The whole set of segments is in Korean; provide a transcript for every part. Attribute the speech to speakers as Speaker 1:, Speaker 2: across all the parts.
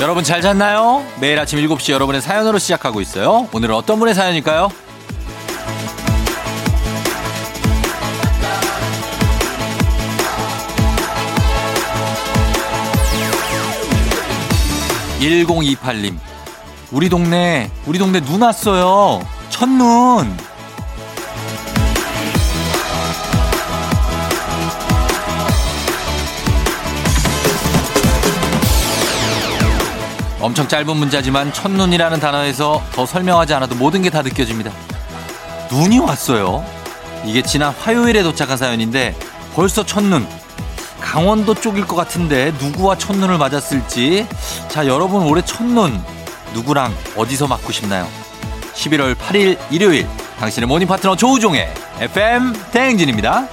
Speaker 1: 여러분 잘 잤나요? 매일 아침 7시 여러분의 사연으로 시작하고 있어요. 오늘은 어떤 분의 사연일까요? 1028님. 우리 동네, 우리 동네 눈 왔어요. 첫눈. 엄청 짧은 문자지만 첫눈이라는 단어에서 더 설명하지 않아도 모든 게 다 느껴집니다. 눈이 왔어요. 이게 지난 화요일에 도착한 사연인데 벌써 첫눈. 강원도 쪽일 것 같은데 누구와 첫눈을 맞았을지. 자, 여러분 올해 첫눈 누구랑 어디서 맞고 싶나요? 11월 8일 일요일 당신의 모닝 파트너 조우종의 FM 대행진입니다.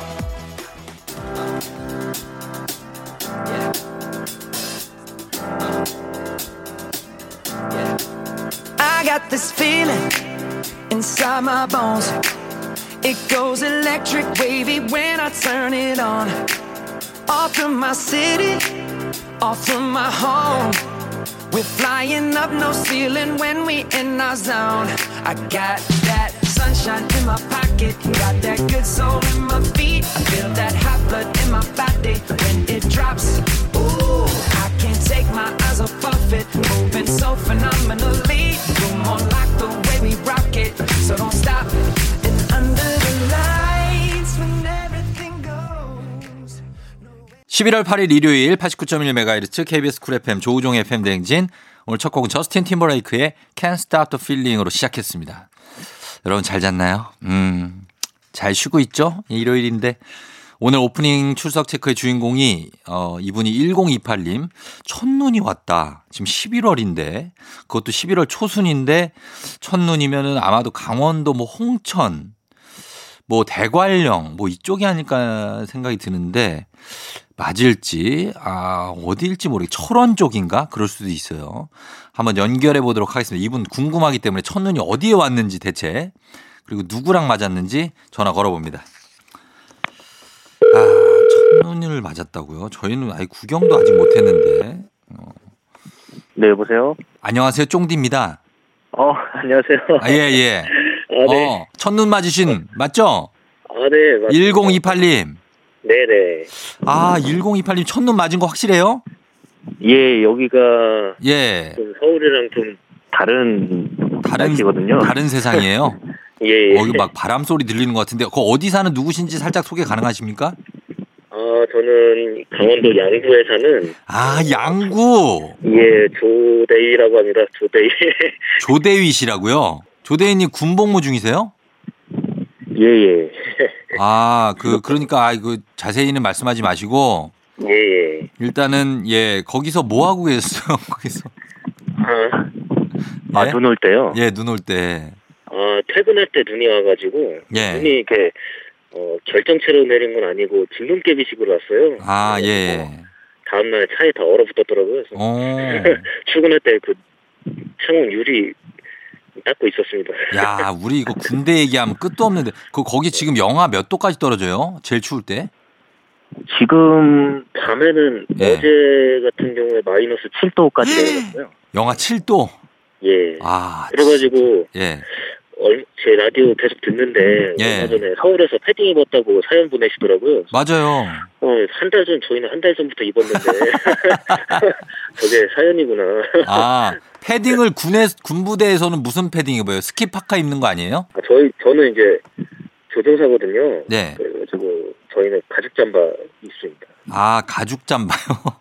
Speaker 1: 11월 8일 일요일 89.1MHz KBS 쿨 FM 조우종 FM 대행진 오늘 첫 곡은 저스틴 팀버레이크의 Can't Stop the Feeling으로 시작했습니다. 여러분 잘 잤나요? 음, 잘 쉬고 있죠? 예, 일요일인데 오늘 오프닝 출석 체크의 주인공이 어, 이분이 1028님 첫눈이 왔다. 지금 11월인데 그것도 11월 초순인데 첫눈이면은 아마도 강원도 뭐 홍천 뭐 대관령 뭐 이쪽이 아닐까 생각이 드는데 맞을지 아 어디일지 모르겠 철원 쪽인가 그럴 수도 있어요. 한번 연결해 보도록 하겠습니다. 이분 궁금하기 때문에 첫눈이 어디에 왔는지 대체 그리고 누구랑 맞았는지 전화 걸어봅니다. 아 첫눈을 맞았다고요? 저희는 아예 구경도 아직 못했는데 어.
Speaker 2: 네, 여보세요?
Speaker 1: 안녕하세요 쫑디입니다.
Speaker 2: 어, 안녕하세요.
Speaker 1: 아, 예 예.
Speaker 2: 아, 네.
Speaker 1: 어 첫눈 맞으신 맞죠?
Speaker 2: 아, 네. 맞습니다.
Speaker 1: 1028님.
Speaker 2: 네네.
Speaker 1: 아 1028님 첫눈 맞은 거 확실해요?
Speaker 2: 예, 여기가
Speaker 1: 예.
Speaker 2: 좀 서울이랑 좀 다른
Speaker 1: 다른
Speaker 2: 날씨거든요.
Speaker 1: 다른 세상이에요.
Speaker 2: 예, 예.
Speaker 1: 어, 이거 막 바람 소리 들리는 것 같은데, 그 어디 사는 누구신지 살짝 소개 가능하십니까?
Speaker 2: 아, 저는 강원도 양구에 사는
Speaker 1: 아, 양구
Speaker 2: 예, 조대희라고 합니다. 조대희.
Speaker 1: 조대휘 씨라고요. 조대휘님 군복무 중이세요?
Speaker 2: 예, 예.
Speaker 1: 아, 그 그러니까 아, 이거 자세히는 말씀하지 마시고
Speaker 2: 예, 예.
Speaker 1: 일단은 예 거기서 뭐 하고 계셨어요? 거기서
Speaker 2: 아,
Speaker 1: 예,
Speaker 2: 아, 눈 올 때요?
Speaker 1: 예, 눈 올 때.
Speaker 2: 아, 퇴근할 때 눈이 와가지고
Speaker 1: 예.
Speaker 2: 눈이 이렇게 어, 결정체로 내린 건 아니고 진눈깨비식으로 왔어요.
Speaker 1: 아,
Speaker 2: 그래서
Speaker 1: 예.
Speaker 2: 다음날 차에 다 얼어붙었더라고요. 그래서
Speaker 1: 어,
Speaker 2: 출근할 때 그 창문 유리 닦고 있었습니다.
Speaker 1: 야, 우리 이거 군대 얘기하면 끝도 없는데, 그 거기 지금 영하 몇 도까지 떨어져요? 제일 추울 때?
Speaker 2: 지금 밤에는
Speaker 1: 예.
Speaker 2: 어제 같은 경우에 마이너스 7도까지 내려갔어요.
Speaker 1: 영하 7도.
Speaker 2: 예.
Speaker 1: 아,
Speaker 2: 그래가지고
Speaker 1: 예.
Speaker 2: 얼- 제 라디오 계속 듣는데
Speaker 1: 예.
Speaker 2: 얼마 전에 서울에서 패딩 입었다고 사연 보내시더라고요. 어,
Speaker 1: 맞아요.
Speaker 2: 한 달 전 저희는 한 달 전부터 입었는데 저게 사연이구나.
Speaker 1: 아, 패딩을 군에 군부대에서는 무슨 패딩 입어요? 스키 파카 입는 거 아니에요?
Speaker 2: 아, 저희 저는 이제 조종사거든요.
Speaker 1: 네.
Speaker 2: 그래가지고 저희는 가죽 잠바 입습니다.
Speaker 1: 아, 가죽 잠바요.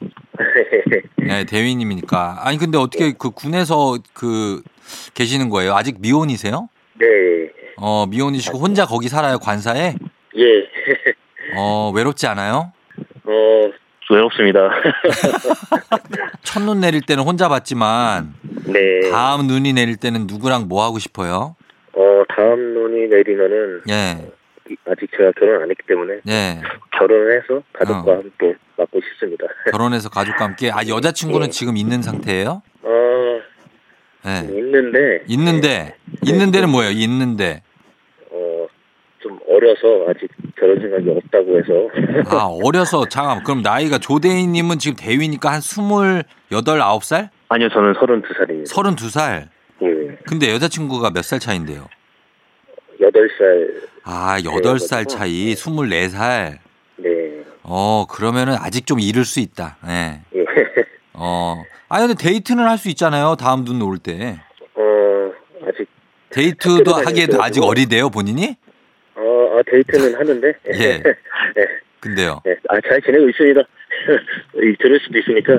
Speaker 1: 네, 대위님이니까. 아니 근데 어떻게 그 군에서 그 계시는 거예요? 아직 미혼이세요?
Speaker 2: 네.
Speaker 1: 어, 미혼이시고 혼자 거기 살아요, 관사에?
Speaker 2: 예.
Speaker 1: 어, 외롭지 않아요?
Speaker 2: 어, 외롭습니다.
Speaker 1: 첫눈 내릴 때는 혼자 봤지만
Speaker 2: 네.
Speaker 1: 다음 눈이 내릴 때는 누구랑 뭐 하고 싶어요?
Speaker 2: 어, 다음 눈이 내리면은
Speaker 1: 예.
Speaker 2: 아직 제가 결혼 안 했기 때문에
Speaker 1: 예.
Speaker 2: 결혼을 해서 가족과
Speaker 1: 어.
Speaker 2: 함께 맞고 싶습니다.
Speaker 1: 결혼해서 가족과 함께 아, 여자친구는 지금 있는 상태예요?
Speaker 2: 어,
Speaker 1: 예.
Speaker 2: 있는데
Speaker 1: 있는데 있는데는 뭐예요? 있는데
Speaker 2: 어, 좀 어려서 아직 결혼 생각이 없다고 해서
Speaker 1: 아 어려서 잠깐 그럼 나이가 조대인님은 지금 대위니까 한 스물 여덟 아홉 살?
Speaker 2: 아니요, 저는 32살입니다.
Speaker 1: 32살.
Speaker 2: 예.
Speaker 1: 근데 여자친구가 몇 살 차인데요?
Speaker 2: 8살.
Speaker 1: 아, 8살
Speaker 2: 그렇구나.
Speaker 1: 차이, 24살.
Speaker 2: 네.
Speaker 1: 어, 그러면은 아직 좀 이를 수 있다. 예.
Speaker 2: 예.
Speaker 1: 어. 아, 근데 데이트는 할 수 있잖아요. 다음 눈 올 때.
Speaker 2: 어, 아직,
Speaker 1: 데이트도
Speaker 2: 학교도
Speaker 1: 하기에도
Speaker 2: 다녔어요,
Speaker 1: 아직
Speaker 2: 그거.
Speaker 1: 어리대요, 본인이?
Speaker 2: 어, 아, 데이트는 하는데.
Speaker 1: 예.
Speaker 2: 예.
Speaker 1: 근데요.
Speaker 2: 예. 아, 잘 지내고 있습니다. 이, 들을 수도 있으니까.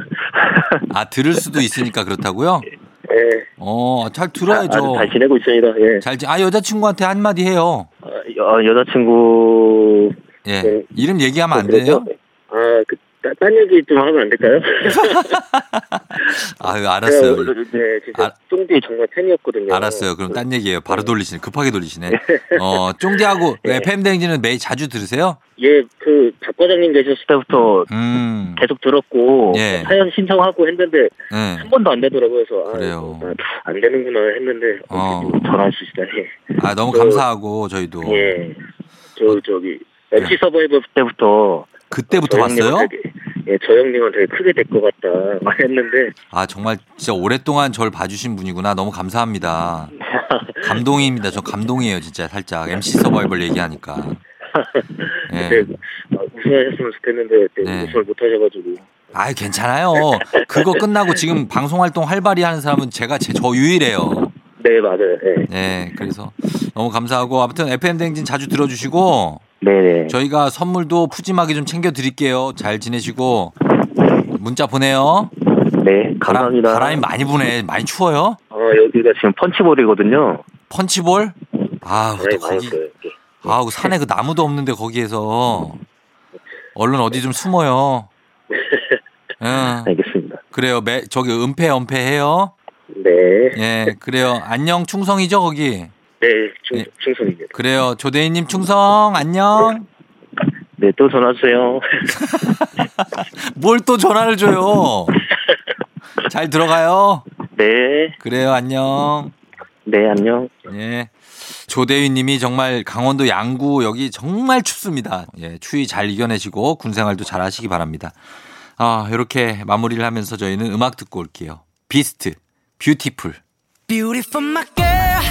Speaker 1: 아, 들을 수도 있으니까 그렇다고요?
Speaker 2: 예.
Speaker 1: 어, 잘
Speaker 2: 아, 아주
Speaker 1: 들어야죠.
Speaker 2: 잘 지내고 있습니다. 예.
Speaker 1: 잘, 지- 아, 여자친구한테 한마디 해요.
Speaker 2: 아, 여, 여자친구.
Speaker 1: 예.
Speaker 2: 네.
Speaker 1: 이름 얘기하면 안 돼요?
Speaker 2: 그래서- 아, 그, 따- 딴 얘기 좀 하면 안 될까요?
Speaker 1: 아유, 알았어요.
Speaker 2: 제가, 네, 진짜
Speaker 1: 알-
Speaker 2: 쫑디 정말 팬이었거든요.
Speaker 1: 알았어요. 그럼 딴 얘기예요. 바로 돌리시네. 급하게 돌리시네. 어, 쫑디하고 FM 댕지는 매일 자주 들으세요?
Speaker 2: 예, 그, 박 과장님 계셨을 때부터
Speaker 1: 음.
Speaker 2: 계속 들었고,
Speaker 1: 예.
Speaker 2: 사연 신청하고 했는데,
Speaker 1: 예.
Speaker 2: 한 번도 안 되더라고요. 그래서, 아,
Speaker 1: 그래요.
Speaker 2: 이거 안 되는구나 했는데,
Speaker 1: 어.
Speaker 2: 어. 전화하시다니.
Speaker 1: 아, 너무
Speaker 2: 그-
Speaker 1: 감사하고 저희도
Speaker 2: 예. 저, 저기, MC 서바이벌 때부터.
Speaker 1: 그때부터
Speaker 2: 저
Speaker 1: 봤어요?
Speaker 2: 형님은 되게- 예, 저 형님은 되게 크게 될 것 같다. 막 했는데,
Speaker 1: 아, 정말 진짜 오랫동안 저를 봐주신 분이구나. 너무 감사합니다. 감동입니다. 저 감동이에요, 진짜 살짝. MC 서바이벌 얘기하니까. 예.
Speaker 2: 그때 아, 우승하셨으면 좋겠는데, 그때
Speaker 1: 네.
Speaker 2: 우승을 못 하셔가지고.
Speaker 1: 아, 괜찮아요. 그거 끝나고 지금 방송 활동 활발히 하는 사람은 제가 제, 저 유일해요.
Speaker 2: 네, 맞아요. 예.
Speaker 1: 예, 그래서 너무 감사하고 아무튼 FM 댕진 자주 들어주시고
Speaker 2: 네네.
Speaker 1: 저희가 선물도 푸짐하게 좀 챙겨 드릴게요. 잘 지내시고 문자 보내요.
Speaker 2: 네,
Speaker 1: 바람,
Speaker 2: 감사합니다.
Speaker 1: 바람이 많이 부네. 많이 추워요.
Speaker 2: 어, 여기가 지금 펀치볼이거든요.
Speaker 1: 펀치볼? 아, 또
Speaker 2: 바람이 네, 많이
Speaker 1: 거기
Speaker 2: 불어요, 예. 네. 이렇게.
Speaker 1: 아우 산에 그 나무도 없는데 거기에서 얼른 어디 좀 숨어요. 응,
Speaker 2: 알겠습니다.
Speaker 1: 그래요. 매, 저기 은폐 은폐해요.
Speaker 2: 네.
Speaker 1: 예, 그래요. 안녕 충성이죠 거기.
Speaker 2: 네, 충,
Speaker 1: 예.
Speaker 2: 충성입니다.
Speaker 1: 그래요. 조대인님 충성 안녕.
Speaker 2: 네, 또 전화 주세요.
Speaker 1: 뭘 또 전화를 줘요. 잘 들어가요.
Speaker 2: 네,
Speaker 1: 그래요. 안녕.
Speaker 2: 네, 안녕.
Speaker 1: 예. 조대휘님이 정말 강원도 양구 여기 정말 춥습니다. 예, 추위 잘 이겨내시고 군생활도 잘 하시기 바랍니다. 아, 이렇게 마무리를 하면서 저희는 음악 듣고 올게요. 비스트, 뷰티풀.
Speaker 3: Beautiful my girl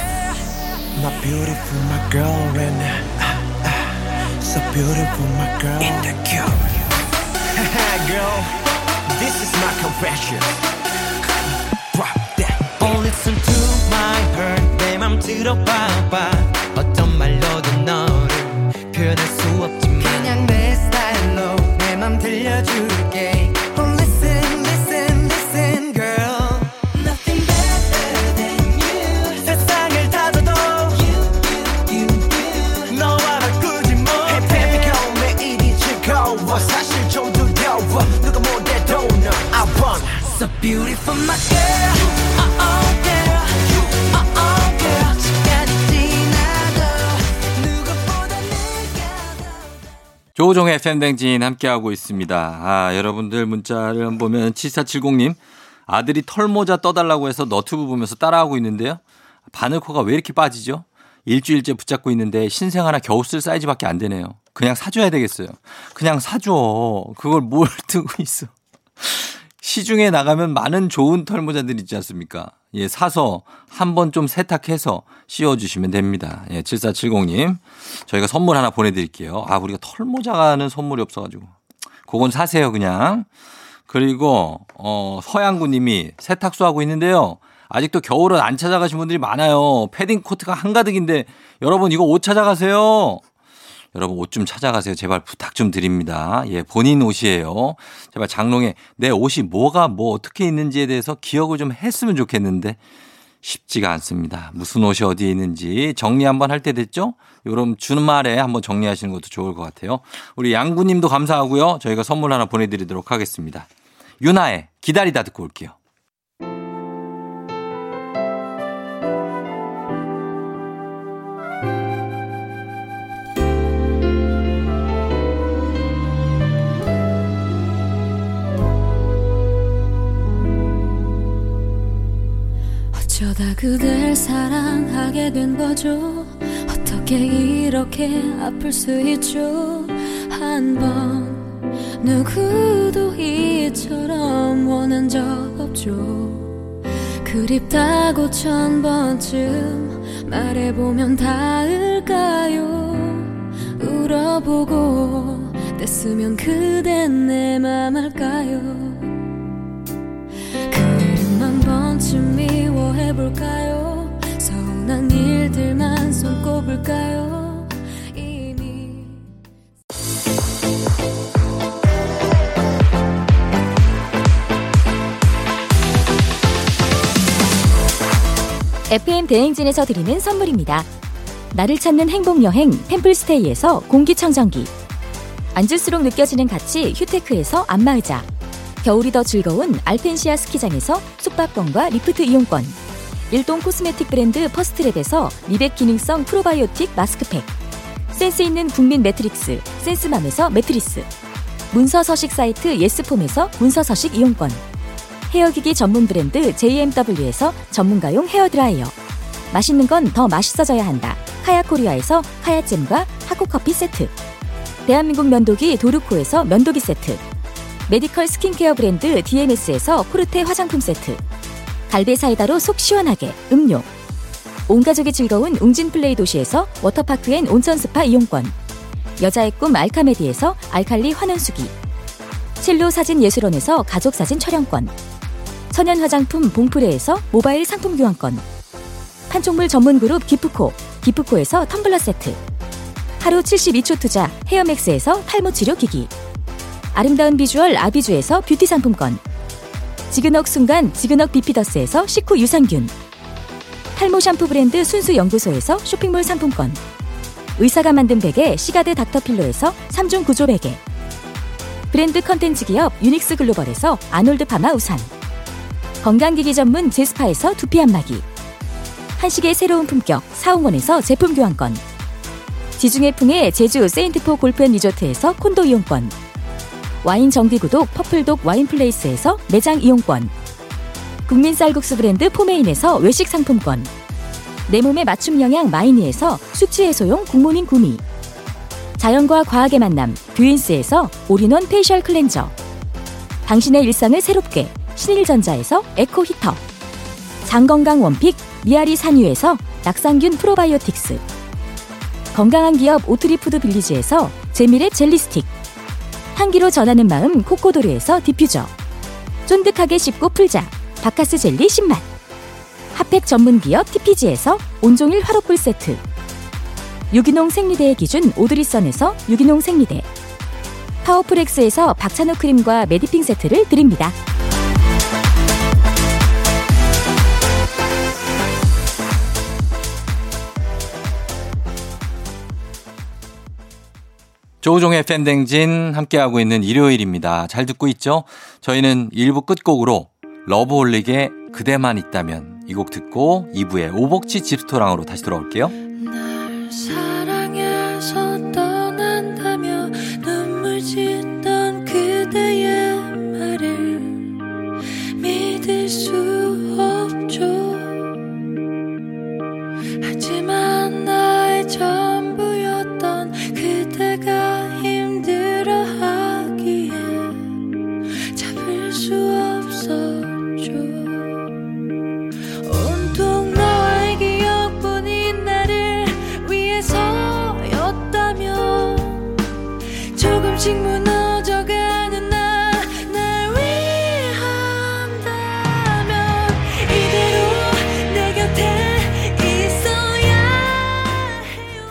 Speaker 4: My beautiful, my girl, and uh, uh, so beautiful, my girl. In the cube. girl, this is my confession. Drop that.
Speaker 3: Oh listen to my heart 내맘 들어봐봐 어떤 말로도 너를 표현할 수 없지만 그냥 내 스타일로 내 맘 들려줄게 Oh listen listen listen girl Nothing better than you 세상을 다져도 You you you
Speaker 4: 너와 나 꾸지 뭐. Hey baby girl, 매일이 즐거워. 사실 좀 두려워. 누가 못해도 너 I want.
Speaker 3: So beautiful my girl Oh oh girl Oh oh girl 시간이 지나도 누구보다 내가 더
Speaker 1: 조종의 팬댕진 함께하고 있습니다. 아, 여러분들 문자를 한번 보면 7470님 아들이 털모자 떠달라고 해서 너튜브 보면서 따라하고 있는데요. 바늘코가 왜 이렇게 빠지죠? 일주일째 붙잡고 있는데 신생 하나 겨우 쓸 사이즈밖에 안 되네요. 그냥 사줘야 되겠어요. 그냥 사줘. 그걸 뭘 두고 있어. 시중에 나가면 많은 좋은 털모자들 있지 않습니까? 예, 사서 한번 좀 세탁해서 씌워주시면 됩니다. 예, 7470님. 저희가 선물 하나 보내드릴게요. 아, 우리가 털모자가는 선물이 없어가지고. 그건 사세요, 그냥. 그리고, 어, 서양구 님이 세탁소 하고 있는데요. 아직도 겨울은 안 찾아가신 분들이 많아요. 패딩 코트가 한가득인데, 여러분 이거 옷 찾아가세요. 여러분 옷 좀 찾아가세요. 제발 부탁 좀 드립니다. 예, 본인 옷이에요. 제발 장롱에 내 옷이 뭐가 뭐 어떻게 있는지에 대해서 기억을 좀 했으면 좋겠는데 쉽지가 않습니다. 무슨 옷이 어디에 있는지 정리 한번 할 때 됐죠? 요럼 주말에 한번 정리하시는 것도 좋을 것 같아요. 우리 양구님도 감사하고요. 저희가 선물 하나 보내드리도록 하겠습니다. 유나의 기다리다 듣고 올게요.
Speaker 5: 어쩌다 그댈 사랑하게 된 거죠 어떻게 이렇게 아플 수 있죠 한 번 누구도 이처럼 원한 적 없죠 그립다고 천 번쯤 말해보면 닿을까요 울어보고 뗐으면 그댄 내맘 알까요 그 이름 한 번쯤 미워해볼까요 서운한 일들만 손꼽을까요 이미
Speaker 6: FM 대행진에서 드리는 선물입니다. 나를 찾는 행복 여행 템플스테이에서 공기청정기. 앉을수록 느껴지는 가치 휴테크에서 안마의자. 겨울이 더 즐거운 알펜시아 스키장에서 숙박권과 리프트 이용권. 일동 코스메틱 브랜드 퍼스트랩에서 미백 기능성 프로바이오틱 마스크팩. 센스 있는 국민 매트릭스 센스맘에서 매트리스. 문서 서식 사이트 예스폼에서 문서 서식 이용권. 헤어기기 전문 브랜드 JMW에서 전문가용 헤어드라이어. 맛있는 건 더 맛있어져야 한다. 카야코리아에서 카야잼과 하코커피 세트. 대한민국 면도기 도르코에서 면도기 세트. 메디컬 스킨케어 브랜드 DMS에서 코르테 화장품 세트. 갈베 사이다로 속 시원하게 음료. 온 가족이 즐거운 웅진 플레이 도시에서 워터파크 앤 온천 스파 이용권. 여자의 꿈 알카메디에서 알칼리 환원수기. 첼로 사진 예술원에서 가족 사진 촬영권. 천연 화장품 봉프레에서 모바일 상품 교환권. 판촉물 전문 그룹 기프코, 기프코에서 텀블러 세트. 하루 72초 투자 헤어맥스에서 탈모 치료 기기. 아름다운 비주얼 아비주에서 뷰티 상품권. 지그넉 순간 지그넉 비피더스에서 식후 유산균. 탈모 샴푸 브랜드 순수 연구소에서 쇼핑몰 상품권. 의사가 만든 베개 시가드 닥터필로에서 3중 구조 베개. 브랜드 컨텐츠 기업 유닉스 글로벌에서 아놀드 파마 우산. 건강기기 전문 제스파에서 두피 안마기. 한식의 새로운 품격 사홍원에서 제품 교환권. 지중해 풍의 제주 세인트포 골프앤 리조트에서 콘도 이용권. 와인 정기구독 퍼플독 와인플레이스에서 매장 이용권. 국민 쌀국수 브랜드 포메인에서 외식 상품권. 내 몸에 맞춤 영양 마이니에서 숙취 해소용 국모닝 구미. 자연과 과학의 만남 뷰인스에서 올인원 페이셜 클렌저 당신의 일상을 새롭게 신일전자에서 에코 히터 장건강 원픽 미아리 산유에서 낙상균 프로바이오틱스 건강한 기업 오트리푸드 빌리지에서 재미랩 젤리스틱 향기로 전하는 마음 코코도르에서 디퓨저 쫀득하게 씹고 풀자 바카스 젤리 10만 핫팩 전문 기업 TPG에서 온종일 화로불 세트 유기농 생리대의 기준 오드리선에서 유기농 생리대 파워풀엑스에서 박찬호 크림과 메디핑 세트를 드립니다.
Speaker 1: 조우종의 팬댕진 함께하고 있는 일요일입니다. 잘 듣고 있죠? 저희는 1부 끝곡으로 러브홀릭의 그대만 있다면 이 곡 듣고 2부의 오복치 집스토랑으로 다시 돌아올게요.
Speaker 5: 날 사랑해서 떠난다며 눈물 짓던 그대의 말을 믿을 수 없죠 하지만 나의 전부였던 그대가 힘들어하기에 잡을 수 없었죠 온통 너의 기억뿐인 나를 위해서였다면 조금씩 무너져가는 나 날 위한다면 이대로 내 곁에 있어야 해요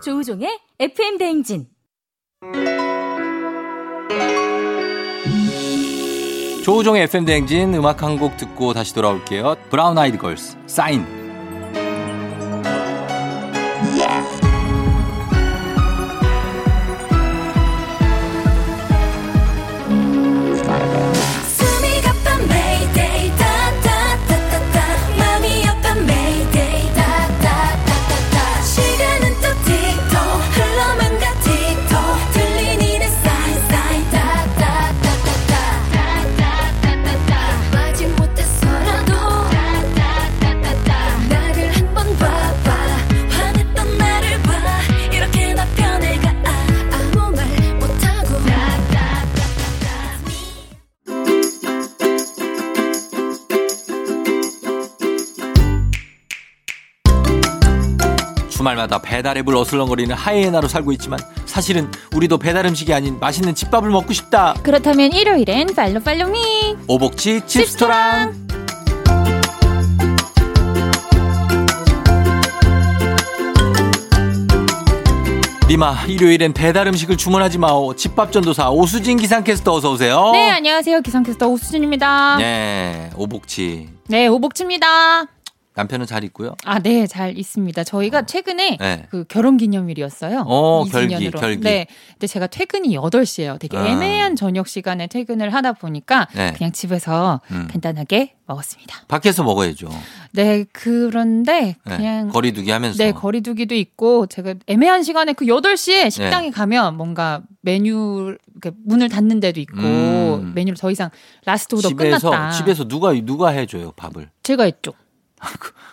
Speaker 6: 조우종의 FM 대행진
Speaker 1: 조우종의 FM 대행진 음악 한 곡 듣고 다시 돌아올게요. 브라운 아이드 걸스 사인.
Speaker 5: 숨이 가쁜 메이데이 따따따따따 맘이 아픈 메이데이 따따따따따 시간은 또 틱톡 흘러만 가 틱톡 들린 이내 사인 사인 따따따따따 아,
Speaker 1: 말마다 배달앱을 어슬렁거리는 하이에나로 살고 있지만 사실은 우리도 배달 음식이 아닌 맛있는 집밥을 먹고 싶다.
Speaker 7: 그렇다면 일요일엔 팔로 팔로미.
Speaker 1: 오복치 칩스토랑. 리마 일요일엔 배달 음식을 주문하지 마오. 집밥 전도사 오수진 기상캐스터 어서 오세요.
Speaker 7: 네, 안녕하세요. 기상캐스터 오수진입니다. 네,
Speaker 1: 예, 오복치.
Speaker 7: 오복치입니다.
Speaker 1: 남편은 잘 있고요.
Speaker 7: 아, 네, 잘 있습니다. 저희가 최근에
Speaker 1: 네.
Speaker 7: 그 결혼 기념일이었어요.
Speaker 1: 어,
Speaker 7: 2주년으로.
Speaker 1: 결기, 결기.
Speaker 7: 네. 근데 제가 퇴근이 8시예요. 되게
Speaker 1: 아.
Speaker 7: 애매한 저녁 시간에 퇴근을 하다 보니까
Speaker 1: 네.
Speaker 7: 그냥 집에서
Speaker 1: 음.
Speaker 7: 간단하게 먹었습니다.
Speaker 1: 밖에서 먹어야죠.
Speaker 7: 네, 그런데
Speaker 1: 예,
Speaker 7: 그냥
Speaker 1: 거리두기 하면서.
Speaker 7: 네, 거리두기도 있고 제가 애매한 시간에 그
Speaker 1: 네.
Speaker 7: 8시에 식당에 가면 뭔가 메뉴 이렇게 문을 닫는 데도 있고
Speaker 1: 음.
Speaker 7: 메뉴를 더 이상 라스트 오더
Speaker 1: 집에서
Speaker 7: 끝났다.
Speaker 1: 집에서 누가 누가 해줘요 밥을?
Speaker 7: 제가 했죠.